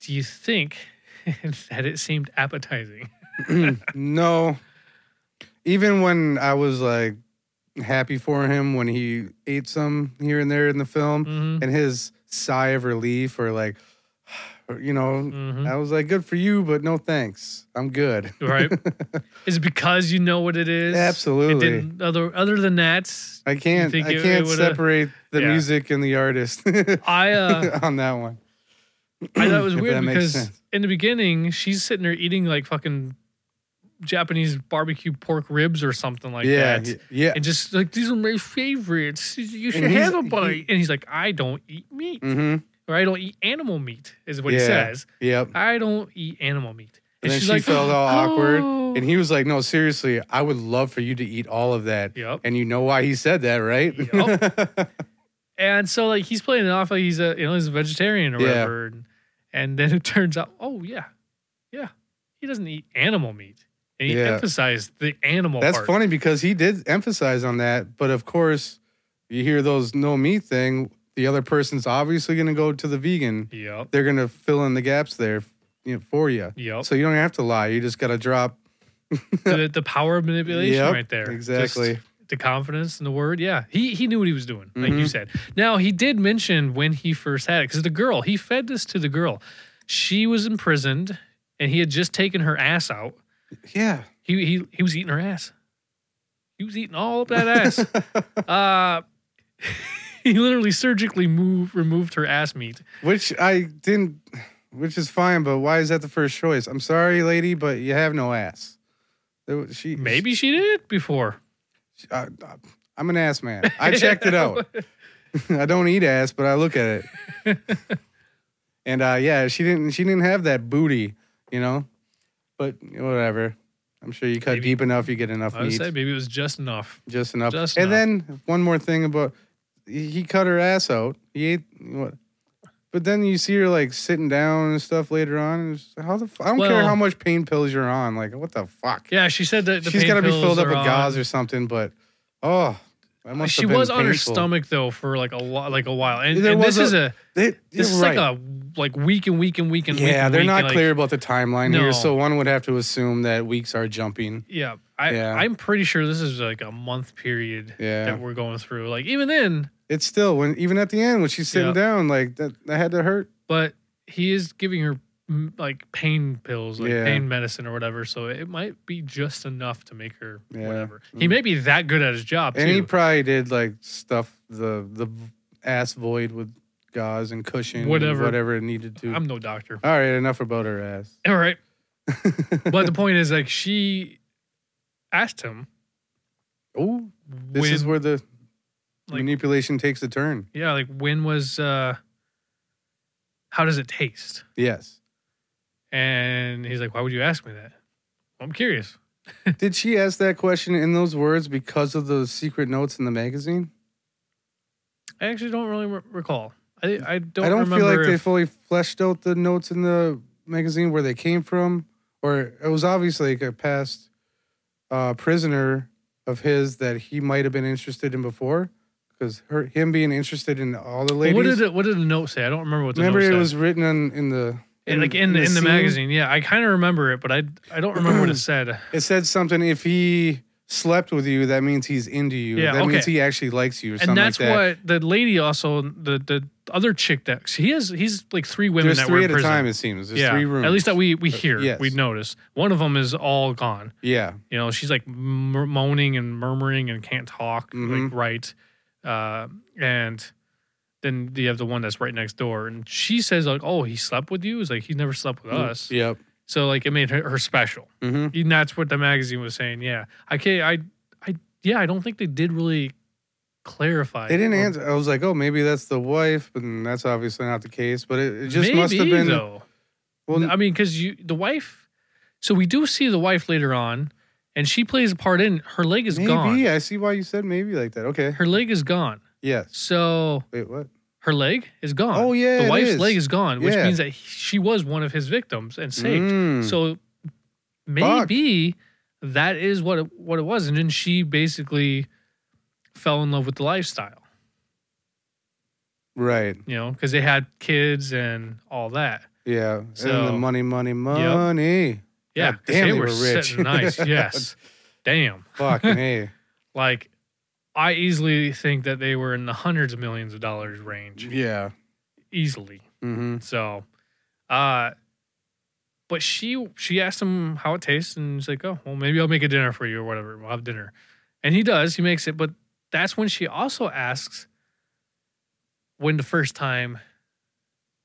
Do you think [LAUGHS] that it seemed
[LAUGHS]
appetizing?
[CLEARS THROAT] no, even when I was like happy for him when he ate some here and there in the film,
Mm-hmm.
and his sigh of relief or like, [SIGHS] or, you know,
Mm-hmm.
I was like, good for you, but no thanks. I'm good.
right? Is it because you know what it is? It
[LAUGHS] Absolutely.
didn't, other other than that,
I can't.
think
I
it- it
can't
would've-
separate the
Yeah.
music and the artist [LAUGHS]
I uh,
on that one.
I thought it was
If
weird
that makes
because
sense.
in the beginning she's sitting there eating like fucking Japanese barbecue pork ribs or something like
yeah,
that.
y- yeah.
And just like these are my favorites. You should
And he's-
have a
he-
bite. and he's like, I don't eat meat,
Mm-hmm.
or I don't eat animal meat, is what he
Yeah.
says.
Yep.
I don't eat animal meat.
And then she
[GASPS]
felt all
"Oh."
awkward, And he was like, "No, seriously, I would love for you to eat all of that."
yep.
And you know why he said that, right?
Yup. And so like he's playing it off like he's a you know he's a vegetarian or
Yeah.
whatever, and, and then it turns out oh yeah, yeah he doesn't eat animal meat, and he
Yeah.
emphasized the animal.
[LAUGHS] That's
part.
funny because he did emphasize on that, but of course, you hear those no meat thing, the other person's obviously going to go to the vegan.
Yep,
They're going to fill in the gaps there, you know, for you. [LAUGHS]
yep.
So you don't have to lie. You just got to drop
the, the power of manipulation
Yep,
right there. Just
exactly.
the confidence in the word. Yeah, he he knew what he was doing, like you
Mhm.
said. Now he did mention when he first had it because the girl he fed this to the girl. She was imprisoned, and he had just taken her ass out.
yeah.
He he he was eating her ass. He was eating all
[LAUGHS]
of that ass. uh, [LAUGHS] he literally surgically moved removed her ass meat.
which I didn't, which is fine, but why is that the first choice? I'm sorry, lady, but you have no ass. There was- she
Maybe she did it before.
she- I, am an ass man. I checked it out. [LAUGHS] I don't eat ass, but I look at it.
[LAUGHS]
and uh, yeah, she didn't. She didn't have that booty, you know. But whatever. I'm sure you cut
Maybe-
deep enough, you get enough
I would
meat.
say maybe it was just enough.
Just enough.
Just
and
enough.
then one more thing about he he cut her ass out. He ate what? But then you see her like sitting down and stuff later on. And it's, how the f- I don't care
Well-
how much pain pills you're on. Like what the fuck?
Yeah, she said that the
She's
pain
gotta be
pills
filled up
are
with gauze
on-
or something. But oh, that must
She
have been
was on her
painful.
stomach though for like a while, like a while, and,
There
and this
was a-
is a
They,
this
you're
is
right.
like a like week and week and week and week.
yeah,
and
they're
week
not
and, like,
clear about the timeline
No.
here, so one would have to assume that weeks are jumping.
Yeah, I,
Yeah.
I'm pretty sure this is like a month period
Yeah,
that we're going through. Like even then,
it's still when even at the end when she's sitting
Yeah.
down, like that, that had to hurt.
but he is giving her mm, like pain pills, like
Yeah.
pain medicine or whatever. So it might be just enough to make her
Yeah. Mm-hmm.
whatever. He may be that good at his job
And he
too.
probably did like stuff the the v- ass void with gauze and cushion, and
Whatever.
whatever it needed to.
I'm no doctor.
All right, enough about her ass. [LAUGHS]
All right, but the point is like she asked him.
oh, this
when,
is where the
like-
manipulation takes a turn.
yeah, like when was uh how does it taste?
Yes.
And he's like, Why would you ask me that? I'm curious.
did she ask that question in those words because of the secret notes in the magazine?
I actually don't really re- recall. I I don't,
I don't
remember
feel like they
if-
fully fleshed out the notes in the magazine where they came from, or it was obviously like a past uh, prisoner of his that he might have been interested in before, because her him being interested in all the
Well,
ladies.
what did it, what did the note say? I don't remember what the
remember,
note
it
said.
was written on, in the
It, like in, the, in the
scene,
magazine. Yeah, I kind of remember it, but I I don't remember
[CLEARS THROAT]
what it said.
It said something. If he slept with you, that means he's into you.
Yeah,
that means
okay.
he actually likes you, or something
And that's
like that.
what the lady also the the other chick that 'cause he has he's like three women
There's
that
three
were in
at a
prison.
time. It seems. There's
yeah,
three rooms. Uh,
at least that we we hear
yes.
we notice. One of them is all gone.
yeah.
You know, she's like mur- moaning and murmuring and can't talk like
Mhm.
right. Uh, and then you have the one that's right next door, and she says like, "Oh, he slept with you." It's like he never slept with us.
Mm-hmm. Yep.
So like it made her, her special,
Mm-hmm.
and that's what the magazine was saying. Yeah, I can't. I, I, yeah, I don't think they did really clarify.
They didn't
or-
answer. I was like, oh, maybe that's the wife, but then that's obviously not the case. But it, it just
Maybe,
must have been.
though.
Well,
I mean, because you the wife. So we do see the wife later on, and she plays a part in her leg is
maybe
gone.
I see why you said maybe like that. Okay.
Her leg is gone.
Yes.
So
Wait, what?
her leg is gone.
Oh yeah,
the
it
wife's leg is gone, which
Yeah.
means that he- she was one of his victims and saved.
Mm.
So
Fuck.
maybe that is what it, what it was, and then she basically fell in love with the lifestyle,
right.
you know, because they had kids and all that.
Yeah. and
So-
the money, money, money.
Yeah,
God
'cause
damn,
they,
they
were,
were rich.
sitting
[LAUGHS]
nice. Yes, damn. [LAUGHS]
Fucking hey.
Like I easily think that they were in the hundreds of millions of dollars range,
Yeah.
easily.
Mm-hmm.
So, uh, but she she asked him how it tastes, and he's like, "Oh, well, maybe I'll make a dinner for you or whatever. We'll have dinner." And he does. He makes it, but that's when she also asks when the first time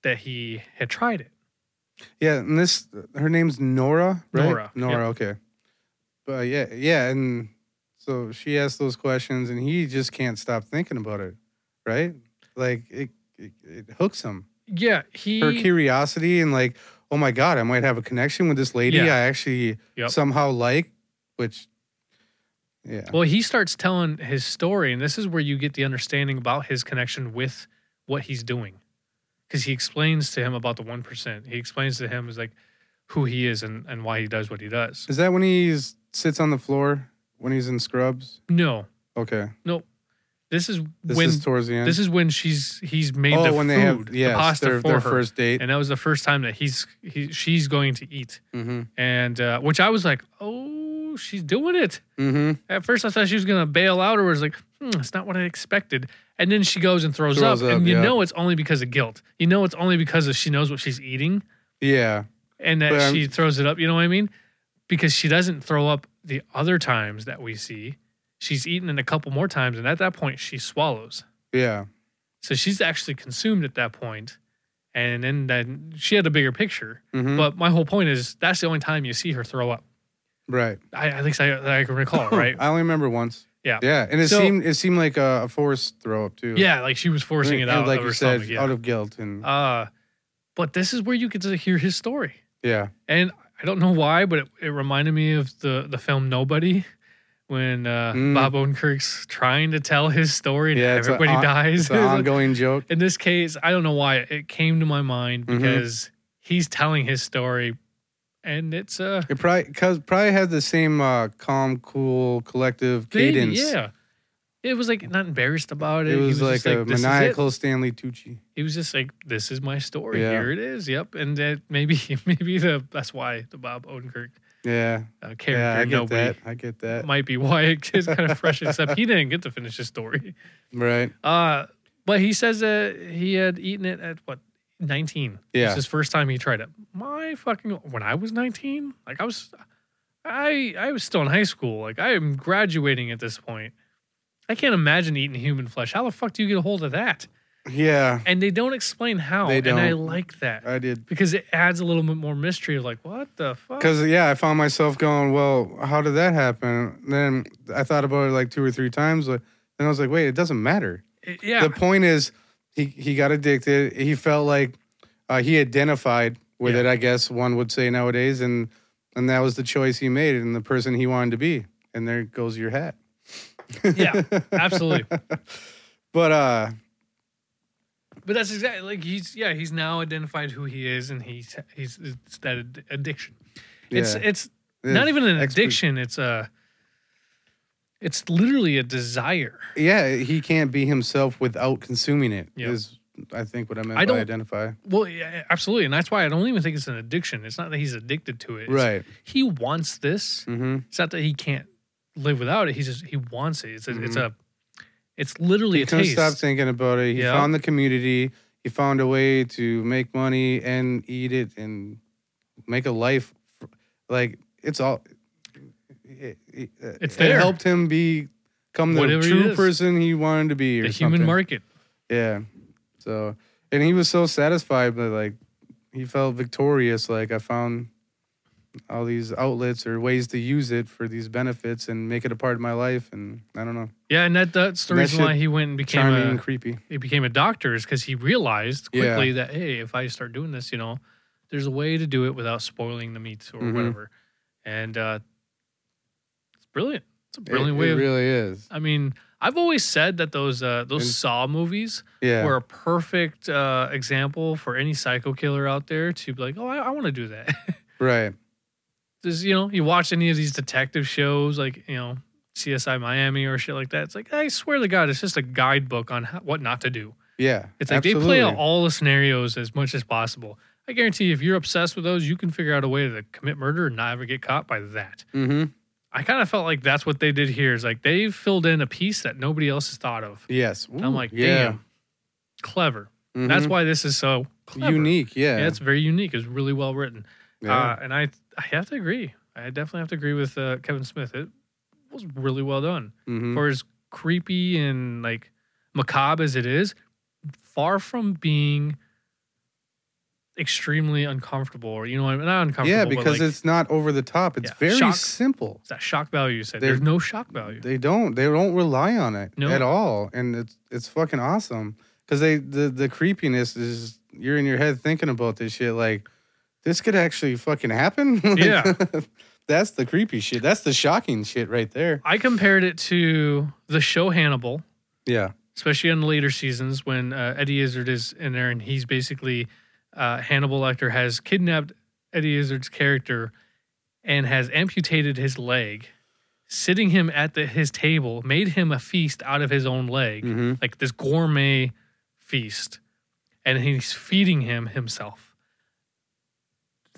that he had tried it.
Yeah. And this, her name's Nora, right?
Nora,
Nora. Okay. But yeah, yeah, and so she asked those questions, and he just can't stop thinking about it, right? Like it, it, it hooks him.
Yeah, he.
her curiosity and like, oh my god, I might have a connection with this lady
Yeah.
I actually
Yep.
somehow like, which yeah.
well, he starts telling his story, and this is where you get the understanding about his connection with what he's doing, because he explains to him about the one percent. He explains to him is like who he is and, and why he does what he does.
Is that when he sits on the floor when he's in scrubs?
No,
Okay.
This is
This
when
is towards the end.
this is when she's he's made
oh,
the
when
food,
they have
the
yes,
pasta
their,
for
their
her,
first date.
and that was the first time that he's he, she's going to eat,
Mm-hmm.
and uh, which I was like, oh, she's doing it.
Mm-hmm.
At first, I thought she was gonna bail out, or was like, hmm, it's not what I expected. And then she goes and throws,
Throws
up,
up,
and you
yeah.
know it's only because of guilt. You know it's only because of she knows what she's eating,
Yeah.
and that
But I'm-
she throws it up. You know what I mean? Because she doesn't throw up the other times that we see. She's eaten it a couple more times, and at that point, she swallows.
Yeah.
So she's actually consumed at that point, and then, then she had a bigger picture.
Mm-hmm.
But my whole point is that's the only time you see her throw up.
Right.
I, at least I, I can
[CLEARS THROAT]
recall, right?
[LAUGHS] I only remember once.
Yeah.
Yeah. And it
So-
seemed it seemed like a, a forced throw up too.
Yeah, like she was forcing it
And
out
like
of
you
her
said,
stomach. Yeah.
out of guilt and
uh, but this is where you get to hear his story. [LAUGHS]
yeah.
And I don't know why, but it, it reminded me of the, the film Nobody when uh,
Mm.
Bob Odenkirk's trying to tell his story and
Yeah, it's a
everybody
on-
dies.
It's
[LAUGHS]
an
It's like-
ongoing joke.
in this case, I don't know why it came to my mind
Mhm.
because he's telling his story, and it's uh,
It probably cause probably had the same uh, calm, cool, collective
maybe,
cadence.
yeah, it was like not embarrassed about it.
It
He
was,
just
like a
"This is it."
maniacal Stanley Tucci.
He was just like, "This is my story.
Yeah.
Here it is." Yep, and that maybe [LAUGHS] maybe the that's why the Bob Odenkirk
Yeah.
uh, character
Yeah, I get
nobody
that. I get that. Uh,
might be why [LAUGHS] it is kind of fresh. except he didn't get to finish his story. [LAUGHS]
Right.
Uh, but he says that he had eaten it at what 19.
Yeah.
It's his first time he tried it. My fucking when I was 19, like I was I I was still in high school. Like I am graduating at this point. I can't imagine eating human flesh. How the fuck do you get a hold of that?
Yeah.
And they don't explain how.
They
And I
don't. Uh,
like that.
I did.
because it adds a little bit more mystery of like, what the fuck?
Because yeah, I found myself going, well, how did that happen? Then I thought about it like two or three times, but then I was like, wait, it doesn't matter.
It- yeah.
[LAUGHS] The point is, he he got addicted. He felt like uh, he identified with
Yeah.
it. I guess one would say nowadays, and and that was the choice he made and the person he wanted to be. And there goes your hat. [LAUGHS]
Yeah, absolutely.
But uh,
but that's exactly like he's yeah, he's now identified who he is and he's he's it's that ad- addiction. It's
Yeah.
it's not even an
Expe-
addiction it's a it's literally a desire
Yeah, he can't be himself without consuming it. Is
Yeah.
I think what I meant
I
by
don't-
identify.
well yeah, absolutely and that's why i don't even think it's an addiction it's not that he's addicted to it It's-
Right.
he wants this
hmm
it's not that he can't live without it he's just he wants it it's a, it's
Mhm.
a it's literally
He
a
couldn't
taste
stop thinking about it. He
Yeah.
found the community. He found a way to make money and eat it and make a life. f- Like it's all. It, it- uh,
It's
it
there.
helped him be, become the
Whatever he
true
is.
person he wanted to be.
the
Or
human
something.
market
Yeah. So, and he was so satisfied, but like he felt victorious. Like I found all these outlets or ways to use it for these benefits and make it a part of my life. And I don't know,
yeah and that that's the
And that
reason why
shit
he went and became
charming and
a
creepy.
he became a doctor is because he realized
Yeah.
quickly that hey, if I start doing this, you know, there's a way to do it without spoiling the meat or
Mhm.
whatever, and uh, it's brilliant. It's a
It-
brilliant
it,
way. of,
really is.
I mean, I've always said that those uh, those
And-
Saw movies
Yeah.
were a perfect uh, example for any psycho killer out there to be like, oh, I, I want to do that. [LAUGHS]
Right.
There's, you know, you watch any of these detective shows like you know CSI Miami or shit like that. It's like I swear to God, it's just a guidebook on how, what not to do.
Yeah.
It's like they play out
absolutely.
all the scenarios as much as possible. I guarantee if you're obsessed with those, you can figure out a way to commit murder and not ever get caught by that.
Mhm.
I kind of felt like that's what they did here. Is like they filled in a piece that nobody else has thought of.
Yes.
And I'm
Ooh,
like,
yeah.
damn, clever. That's
Mhm.
why this is so clever.
unique. Yeah.
Yeah, it's very unique. It's really well written.
Yeah.
Uh, and I, I have to agree. I definitely have to agree with uh, Kevin Smith. It was really well done
Mhm.
or as creepy and like macabre as it is, far from being extremely uncomfortable or you know what I mean? Not uncomfortable.
Yeah,
but,
because
like,
it's not over the top. It's
Yeah,
very
shock.
simple.
it's that shock value you said.
They're-
There's no shock value.
They don't. They don't rely on it
No.
at all, and it's it's fucking awesome because they the the creepiness is you're in your head thinking about this shit like this could actually fucking happen. [LAUGHS] Like,
Yeah.
that's the creepy shit. That's the shocking shit right there.
I compared it to the show Hannibal,
Yeah,
especially in later seasons when uh, Eddie Izzard is in there and he's basically uh, Hannibal Lecter has kidnapped Eddie Izzard's character and has amputated his leg, sitting him at the, his table, made him a feast out of his own leg,
Mhm.
like this gourmet feast, and he's feeding him himself.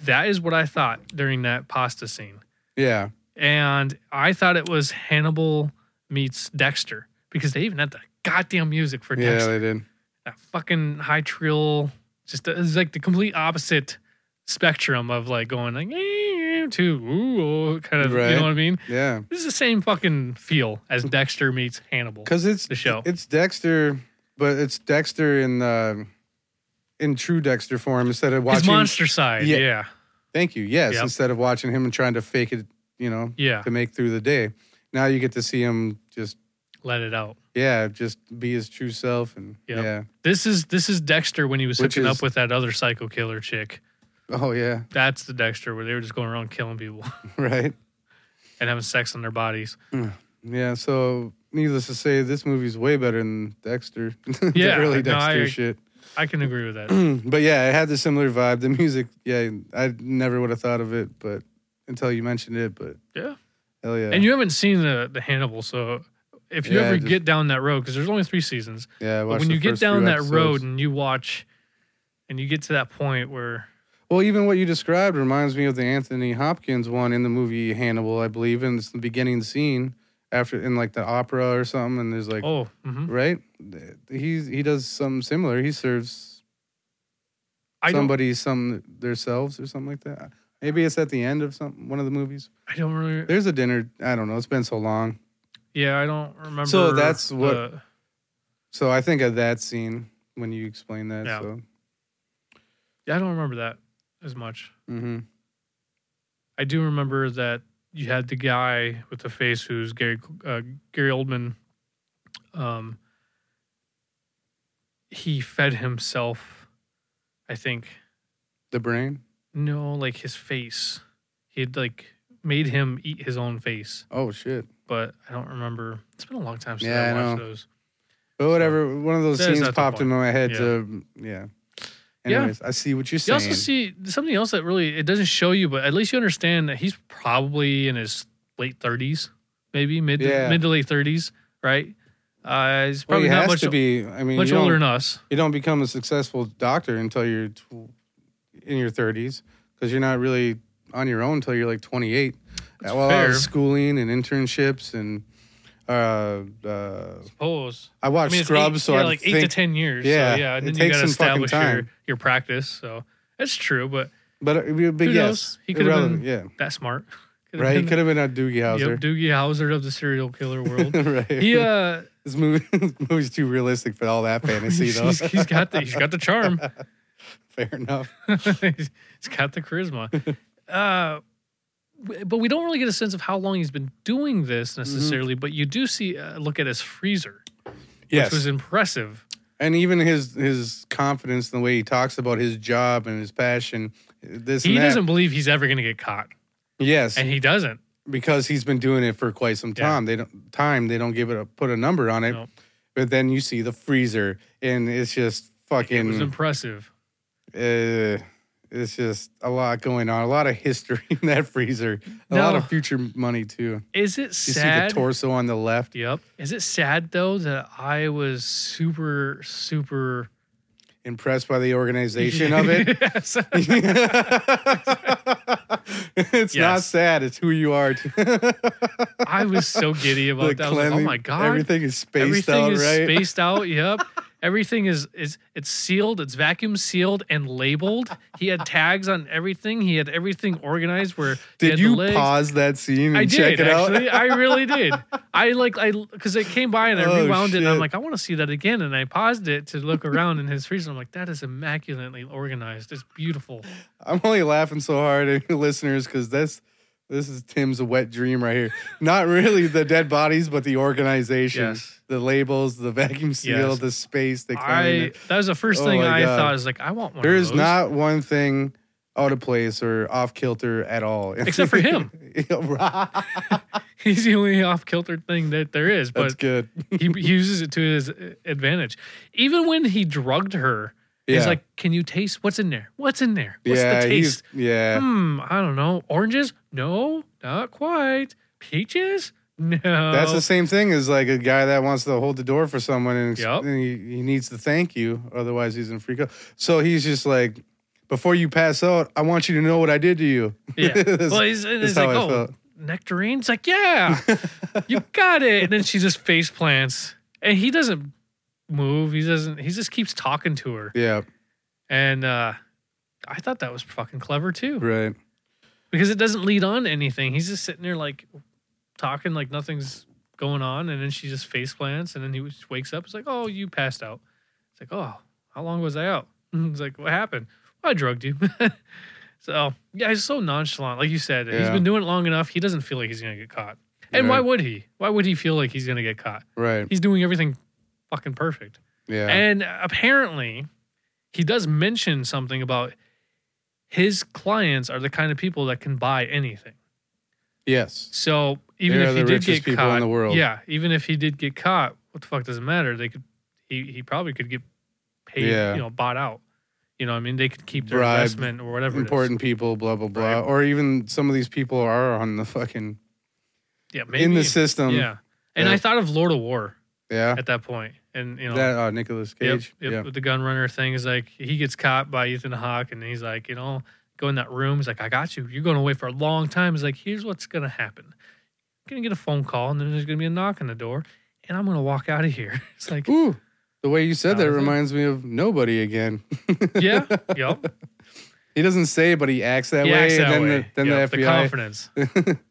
That is what I thought during that pasta scene
yeah,
and I thought it was Hannibal meets Dexter because they even had the goddamn music for
yeah.
Dexter.
They did.
That fucking high trill, just it was like the complete opposite spectrum of like going like "Eh," to ooh oh," kind of you
Right.
know what I mean.
Yeah,
This is the same fucking feel as Dexter meets Hannibal.
because it's
The show.
It's Dexter, but it's Dexter in uh, in true Dexter form instead of
His
watching
monster side, yeah.
Yeah. Thank you. Yes,
Yep.
instead of watching him and trying to fake it you know,
Yeah.
to make through the day. Now you get to see him just,
Let it out.
yeah, just be his true self. And
Yep.
yeah.
This is this is Dexter when he was
Which
hooking
is-
up with that other psycho killer chick.
Oh, yeah. [LAUGHS]
That's the Dexter where they were just going around killing people [LAUGHS]
right.
and having sex on their bodies.
Yeah. So, needless to say, this movie's way better than Dexter. [LAUGHS] the
Yeah,
early
no, I
Dexter
agree.
shit.
I can agree with that.
[CLEARS THROAT] but yeah, it had the similar vibe. The music, yeah, I never would have thought of it, but until you mentioned it, but
Yeah.
hell yeah,
And you haven't seen the the Hannibal, so if you
Yeah,
ever
just-
get down that road, because there's only three seasons,
yeah. I
but
watched
when
the
you get
first few
down that
episodes.
road and you watch, and you get to that point where
well, even what you described reminds me of the Anthony Hopkins one in the movie Hannibal, I believe, and it's the beginning scene after in like the opera or something, and there's like
oh, mhm.
right, Th- he's he does something similar. He serves
I don't,
somebody some themselves or something like that. Maybe it's at the end of some one of the movies.
I don't really,
There's a dinner. I don't know. It's been so long.
yeah, I don't remember.
that's what-
the-
So I think of that scene when you explain that.
Yeah.
So
yeah, I don't remember that as much.
hmm
I do remember that you had the guy with the face who's Gary uh, Gary Oldman. Um, he fed himself, I think.
the brain.
No, like his face. He had like made him eat his own face,
Oh shit.
but I don't remember. It's been a long time since
Yeah,
I
I
watched those.
But whatever. One of those
That is
scenes
not the
popped
point.
into my head.
Yeah.
To yeah.
Yeah.
Anyways, I see what you're
You
saying.
also see something else that really it doesn't show you, but at least you understand that he's probably in his late thirties, maybe mid to,
Yeah.
mid to late thirties, right? Uh, he's
well,
probably
you
not
has
much
to be. I mean,
much
you don't,
older than us.
you don't become a successful doctor until you're tw- in your 30s because you're not really on your own until you're like 28.
That's
Well, I
fair.
was schooling and internships and uh, uh,
Suppose.
I
Oh, I
watched
mean, it's
Scrubs,
eight,
so
yeah,
I
like
think
eight to ten years.
yeah,
so, yeah, and then
it
you
takes
got to
some fucking
establish your
time.
your practice. So that's true, but
But, but,
Who
yes,
knows? He could've
irrelevant,
been-
yeah,
that's smart. [LAUGHS] Could've
right. He
been-
could have been a Doogie Howser.
Yep, Doogie Howser of the serial killer
[LAUGHS]
world.
right.
he
[LAUGHS]
uh,
this movie this movie's too realistic for
[LAUGHS]
all that fantasy though.
he's, he's got the he's got the charm.
[LAUGHS]
[LAUGHS]
Fair enough.
he's he's got the charisma. Uh, w- but we don't really get a sense of how long he's been doing
Mm-hmm.
this necessarily. But you do see uh, look at his freezer, [LAUGHS]
Yes.
which was impressive.
and even his his confidence in the way he talks about his job and his passion. This
He
and that.
doesn't believe he's ever going to get caught,
Yes,
and he doesn't.
because he's been doing it for quite some
Yeah.
time. They don't time. They don't give it a put a number on it.
No.
But then you see the freezer, and it's just
It was [LAUGHS]
fucking.
impressive.
uh, it's just a lot going on. A lot of history [LAUGHS] in that freezer. A lot
No.
of future money too.
Is it
You
sad?
see the torso on the left.
yep. Is it sad though that I was super super
impressed by the organization of it.
[LAUGHS]
[LAUGHS]
Yes.
it's not
Yes.
sad. It's who you are. [LAUGHS] the
I was so giddy about that. I was like, oh
cleanly-
my god,
Everything is spaced
Everything
out,
is
right?
spaced
[LAUGHS]
out. Yep. Everything is is it's sealed. It's vacuum sealed and labeled. He had tags on everything. He had everything organized. Where he had
Did
the
you
legs.
pause that scene and
I
check
did
it
actually.
out?
I really did. I like I because it came by and I
Oh,
rewound it. and I'm
shit.
like, I want to see that again. And I paused it to look around in his freezer. I'm like, that is immaculately organized. It's beautiful.
[LAUGHS] I'm only laughing so hard at your listeners because this this is Tim's wet dream right here. Not really the dead bodies, but the organization.
Yes.
The labels, the vacuum seal,
Yes.
the space, the
I
cleanliness.
that was the first
Oh
thing
my
I
God.
thought. I was like, I want one.
There
of
is
those.
not one thing out of place or off kilter at all, [LAUGHS]
Except for him.
Yeah, right.
[LAUGHS] He's the only off kilter thing that there is. But
That's good.
he he uses it to his uh, advantage. Even when he drugged her, he's like, "Can you taste what's in there? What's in there? What's
yeah,
the
he's-
taste?
yeah.
Hmm, I don't know. Oranges? No, not quite. Peaches? No.
That's the same thing as like a guy that wants to hold the door for someone and,
Yup.
and he, he needs to thank you, otherwise he's in freak out. So he's just like, before you pass out, I want you to know what I did to you.
yeah.
[LAUGHS] That's-
Well, he's, and
that's
he's like,
how I
"Oh,
felt.
nectarine." It's like, "Yeah,
[LAUGHS]
you got it." And then she just face plants, and he doesn't move. He doesn't. He just keeps talking to her,
Yeah,
and uh, I thought that was fucking clever too.
right.
because it doesn't lead on to anything. He's just sitting there like talking like nothing's going on, and then she just face plants, and then he just wakes up. It's like, oh, you passed out. [LAUGHS] It's like, oh, how long was I out? It's like, what happened? I drugged you. it's [LAUGHS] So yeah, he's so nonchalant. Like you said, he's
Yeah.
been doing it long enough. He doesn't feel like he's gonna get caught. And
Yeah.
why would he? Why would he feel like he's gonna get caught?
Right.
He's doing everything fucking perfect.
Yeah.
And apparently, he does mention something about his clients are the kind of people that can buy anything.
yes.
So even
They're
if he
the
did
richest
get
people
caught,
in the world.
yeah, even if he did get caught, what the fuck does it matter? They could, he he probably could get paid,
Yeah.
you know, bought out. You know, what I mean, they could keep their
Bribe,
investment or whatever. it is.
Important people, blah blah blah,
Right.
or even some of these people are on the fucking
yeah, maybe
in the system.
yeah. And
yeah.
I thought of Lord of War
Yeah.
at that point, and you know,
That uh, Nicholas
Yep,
Cage.
yep, with the gun runner thing is like he gets caught by Ethan Hawke, and he's like, you know, go in that room. He's like, I got you. You're going away for a long time. He's like, here's what's gonna happen. You're gonna get a phone call, and then there's gonna be a knock on the door, and I'm gonna walk out of here. [LAUGHS] It's like,
Yeah. Ooh. The way you said
That
that
was it.
reminds me of nobody again.
yeah, yep.
[LAUGHS] He doesn't say, but he acts that
he
way.
acts that
and
way.
then The, then
Yep,
the
the
FBI. [LAUGHS]
confidence.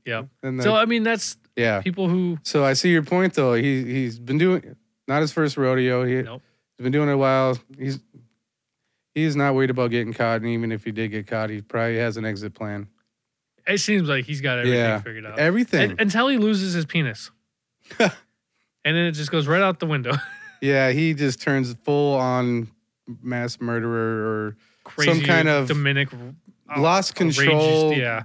yep.
then
So uh,
the,
I mean, that's
yeah.
people who
So I see your point though. He he's been doing not his first rodeo. He,
Nope.
He's been doing it a while. He's he's not worried about getting caught, and even if he did get caught, he probably has an exit plan.
it seems like he's got everything
Yeah.
figured out
Everything.
And- until he loses his
[LAUGHS]
penis, and then it just goes right out the window. [LAUGHS]
yeah, he just turns full on mass murderer
Crazy
kind of
Dominic
or lost control.
Oh, Yeah.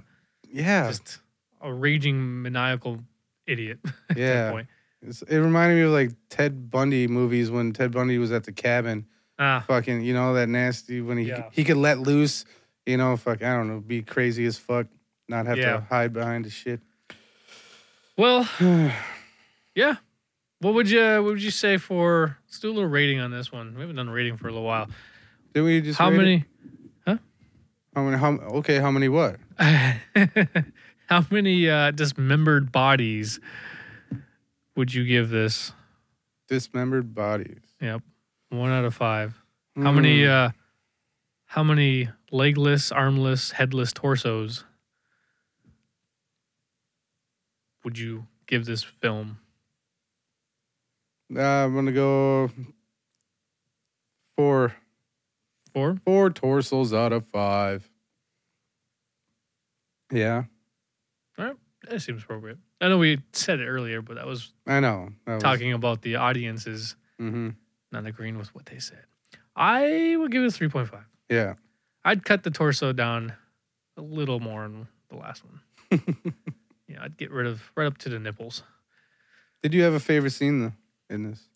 Yeah.
just a raging maniacal idiot [LAUGHS] at that
yeah.
point.
It's- it reminded me of like Ted Bundy movies when Ted Bundy was at the cabin.
Ah,
Fucking, you know, that nasty when he
Yeah.
he could let loose, you know, fuck, I don't know, be crazy as fuck, not have
Yeah.
to hide behind his shit. [SIGHS]
well, yeah. What would you what would you say for let's do a little rating on this one? We haven't done a rating for a little while.
Did we just
How
rate it?
many
How many? How, okay, how many? What?
how many [LAUGHS] uh, dismembered bodies would you give this?
Dismembered bodies.
Yep. One out of five. How many
Mm,
uh how many legless, armless, headless torsos would you give this film?
uh, I'm gonna go four.
Four?
Four torsos out of five. Yeah,
That seems appropriate. I know we said it earlier, but that was
I know.
talking about the audiences
hmm
not agreeing with what they said. I would give it a 3.5.
Yeah,
I'd cut the torso down a little more on the last one.
[LAUGHS]
yeah, I'd get rid of right up to the nipples.
did you have a favorite scene though in this?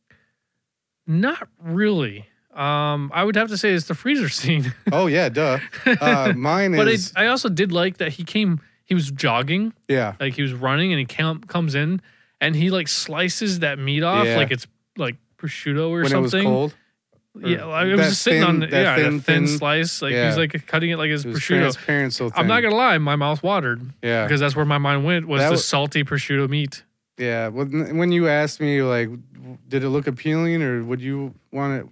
Not really. Um, I would have to say it's the freezer [LAUGHS] scene.
Oh yeah, duh. Uh, mine
[LAUGHS] but I,
is
I also did like that he came, he was jogging,
yeah,
like he was running and he cam- comes in and he like slices that meat off
Yeah.
like it's like prosciutto or
when
something.
it was cold. or
Yeah, like, it
that
was just sitting on
thin- that
yeah,
thin-
that thin,
thin-
slice. Like
yeah.
he's like cutting it like his
It was
prosciutto.
transparent, so thin.
I'm not gonna lie, my mouth watered
Yeah,
because that's where my mind went was
That
the
wa-
salty prosciutto meat.
[LAUGHS] yeah. When when you asked me like, did it look appealing or would you want it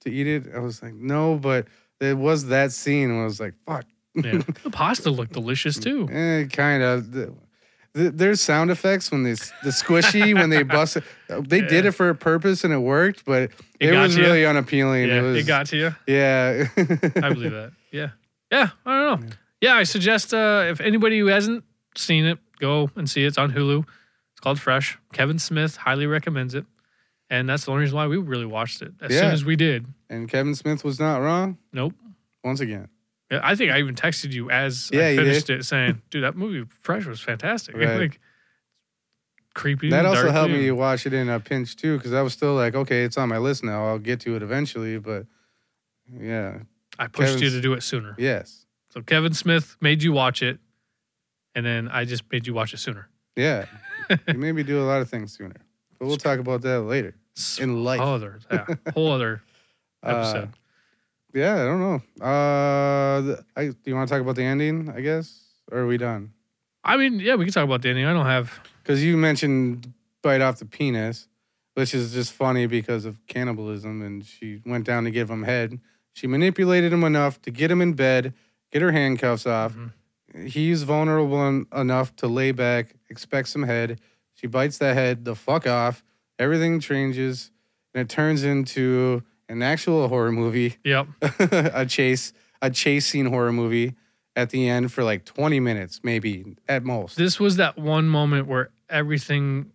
to eat it? I was like, no, but it was that scene. And I was like, fuck.
Yeah. the pasta looked delicious too.
Eh, kind of. The, the, there's sound effects when they s- the
[LAUGHS]
squishy when they bust it. They did
Yeah.
it for a purpose and it worked, but
It
it,
got
was
you.
really unappealing.
Yeah,
it
it,
was.
got to you.
yeah.
I
[LAUGHS]
believe that. Yeah, yeah. I don't know. Yeah, I suggest uh, if anybody who hasn't seen it, go and see it. It's on Hulu. It's called Fresh. Kevin Smith highly recommends it, and that's the only reason why we really watched it as soon
Yeah.
as we did.
and Kevin Smith was not wrong
Nope.
once again.
Yeah, I think I even texted you as
Yeah,
I
you
finished it, saying, [LAUGHS] "Dude, that movie Fresh was fantastic." [LAUGHS]
Right.
Like, creepy.
that
and
also
darkly
helped me
and-
watch it in a pinch too, because I was still like, okay, it's on my list now. I'll get to it eventually, but yeah,
I pushed you
Kevin's-
to do it sooner.
yes,
So Kevin Smith made you watch it, and then I just made you watch it sooner.
yeah. you made me do a lot of things sooner, but we'll talk about that later
It's
in life.
whole other,
[LAUGHS]
yeah, whole other Oh, episode.
Uh, Yeah, I don't know. Uh, the, I, do you want to talk about the ending? I guess, or are we done?
I mean, yeah, we can talk about Danny. I don't have.
Because you mentioned bite off the penis, which is just funny because of cannibalism, and she went down to give him head. She manipulated him enough to get him in bed, get her handcuffs off.
Mhm.
He's vulnerable en- enough to lay back, expect some head. She bites that head the fuck off. Everything changes, and it turns into an actual horror movie. [LAUGHS]
Yep.
a chase a chase scene horror movie at the end for like 20 minutes, maybe at most.
This was that one moment where everything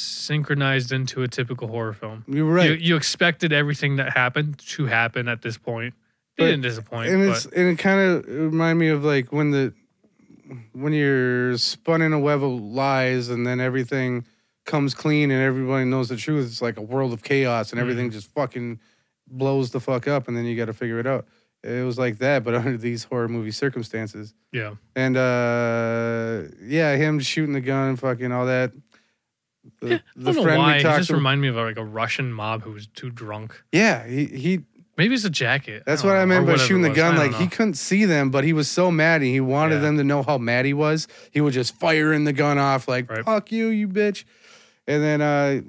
synchronized into a typical horror film.
You're
You,
right.
you expected everything that happened to happen at this point. It
But-
didn't disappoint.
and it's
but
and it kind of remind me of like when the when you're spun in a web of lies and then everything comes clean and everybody knows the truth it's like a world of chaos and
Mm-hmm.
everything just fucking blows the fuck up and then you got to figure it out it was like that but [LAUGHS] under these horror movie circumstances
yeah,
and uh yeah him shooting the gun fucking all that the,
Yeah, [LAUGHS] I
the
don't know why. It
talked
just
to-
reminded me of like a Russian mob who was too drunk.
yeah he he
Maybe it's a jacket.
That's
don't
what I
know,
meant
Oh, or
by
whatever it
shooting the
was.
gun.
I
Like
don't
he
know.
couldn't see them, but he was so mad, and he wanted
Yeah.
them to know how mad he was. He was just firing the gun off, like
Right.
"fuck you, you bitch." And then uh,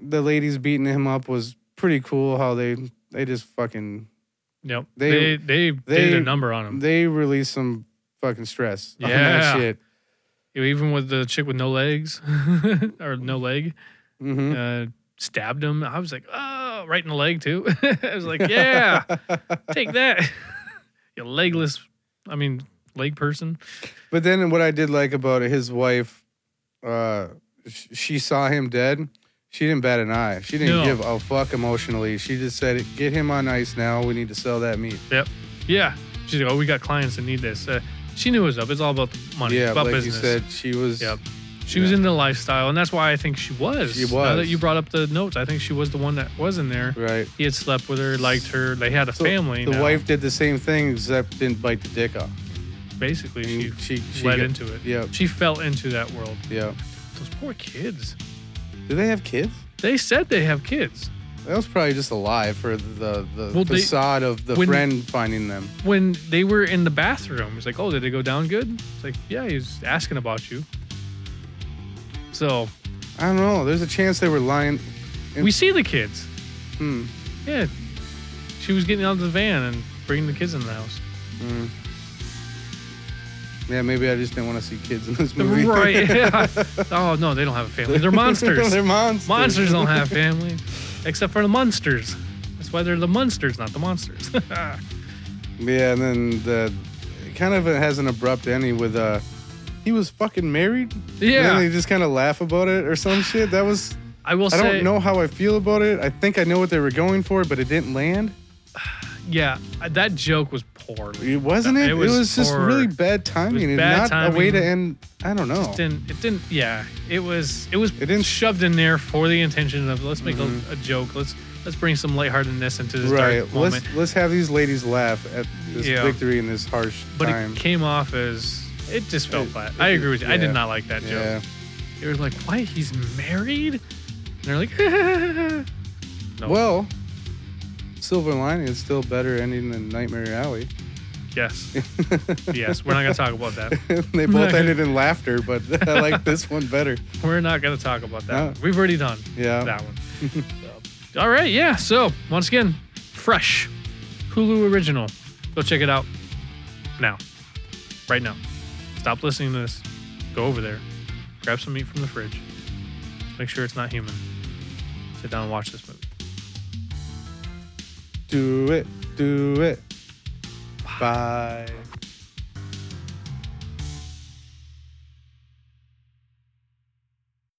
the ladies beating him up was pretty cool. How they they just fucking
Yep. They,
they-
they
they-
did a number on him.
they released some fucking stress. on that
Yeah.
shit.
Even with the chick with no legs [LAUGHS] or no leg,
Mhm.
uh, stabbed him. I was like, oh, right in the leg too. [LAUGHS] I was like,
[LAUGHS]
yeah, take that. [LAUGHS] you legless, I mean, leg person.
But then what I did like about it, his wife, uh, sh- she saw him dead. She didn't bat an eye. She didn't
No.
give a fuck emotionally. She just said, "Get him on ice now. We need to sell that meat."
Yeah. She's like, oh, we got clients that need this. Uh, she knew it was up. It's all about money. It's
Yeah,
about
like
business.
you said, she was.
Yep. She was
Yeah.
in the lifestyle, and that's why I think she was.
She
Now
was.
that you brought up the notes, I think she was the one that was in there.
Right.
He had slept with her, liked her. They had a
So,
family.
The
now.
wife did the same thing except didn't bite the dick off.
basically,
I
she
mean, she she
led
got-
into it.
Yep.
She fell into that world.
Yep.
Those poor kids.
Do they have kids?
They said they have kids.
That was probably just a lie for the the
Well, they-
facade of the
when-
friend finding them.
When they were in the bathroom, he's like, "Oh, did it go down good?" It's like, "Yeah, he was asking about you." So
I don't know. There's a chance they were lying. Yeah.
we see the kids.
Hmm.
Yeah, she was getting out of the van and bringing the kids in the house.
Mm. Yeah, maybe I just didn't want to see kids in this movie.
[LAUGHS] Right? Yeah. oh no, they don't have a family. They're monsters.
[LAUGHS] They're monsters.
monsters don't have family, except for the monsters. That's why they're the monsters, not the monsters. [LAUGHS]
Yeah, and then the it kind of has an abrupt ending with uh he was fucking married. And then
yeah,
they just kind of laugh about it or some shit. That was
I will
I
say.
don't know how I feel about it. I think I know what they were going for, but it didn't land.
Yeah, that joke was poorly.
It wasn't it.
It
It was,
was
just
poor.
really bad timing and
bad
not a way to
timing.
end. I don't know.
didn't it didn't yeah it was it was
It didn't-
shoved in there for the intention of let's make
Mhm.
a, a joke let's let's bring some lightheartedness into this
right.
dark moment
Let's let's have these ladies laugh at this
Yeah.
victory in this harsh
but
time.
it came off as it just fell
It-
flat
it-
I agree with you I
yeah.
did not like that
yeah.
joke they were like why he's married and they're like [LAUGHS] no
Well, silver lining is still better ending than Nightmare Alley. [LAUGHS]
yes yes we're not gonna talk about that
[LAUGHS] they both ended in laughter, but [LAUGHS] I like this one better.
we're not gonna talk about that
No.
one. we've already done
Yeah.
that
[LAUGHS]
one so, all right yeah so once again fresh Hulu original go check it out now right now stop listening to this go over there grab some meat from the fridge make sure it's not human sit down and watch this movie
Do it. Do it. Bye.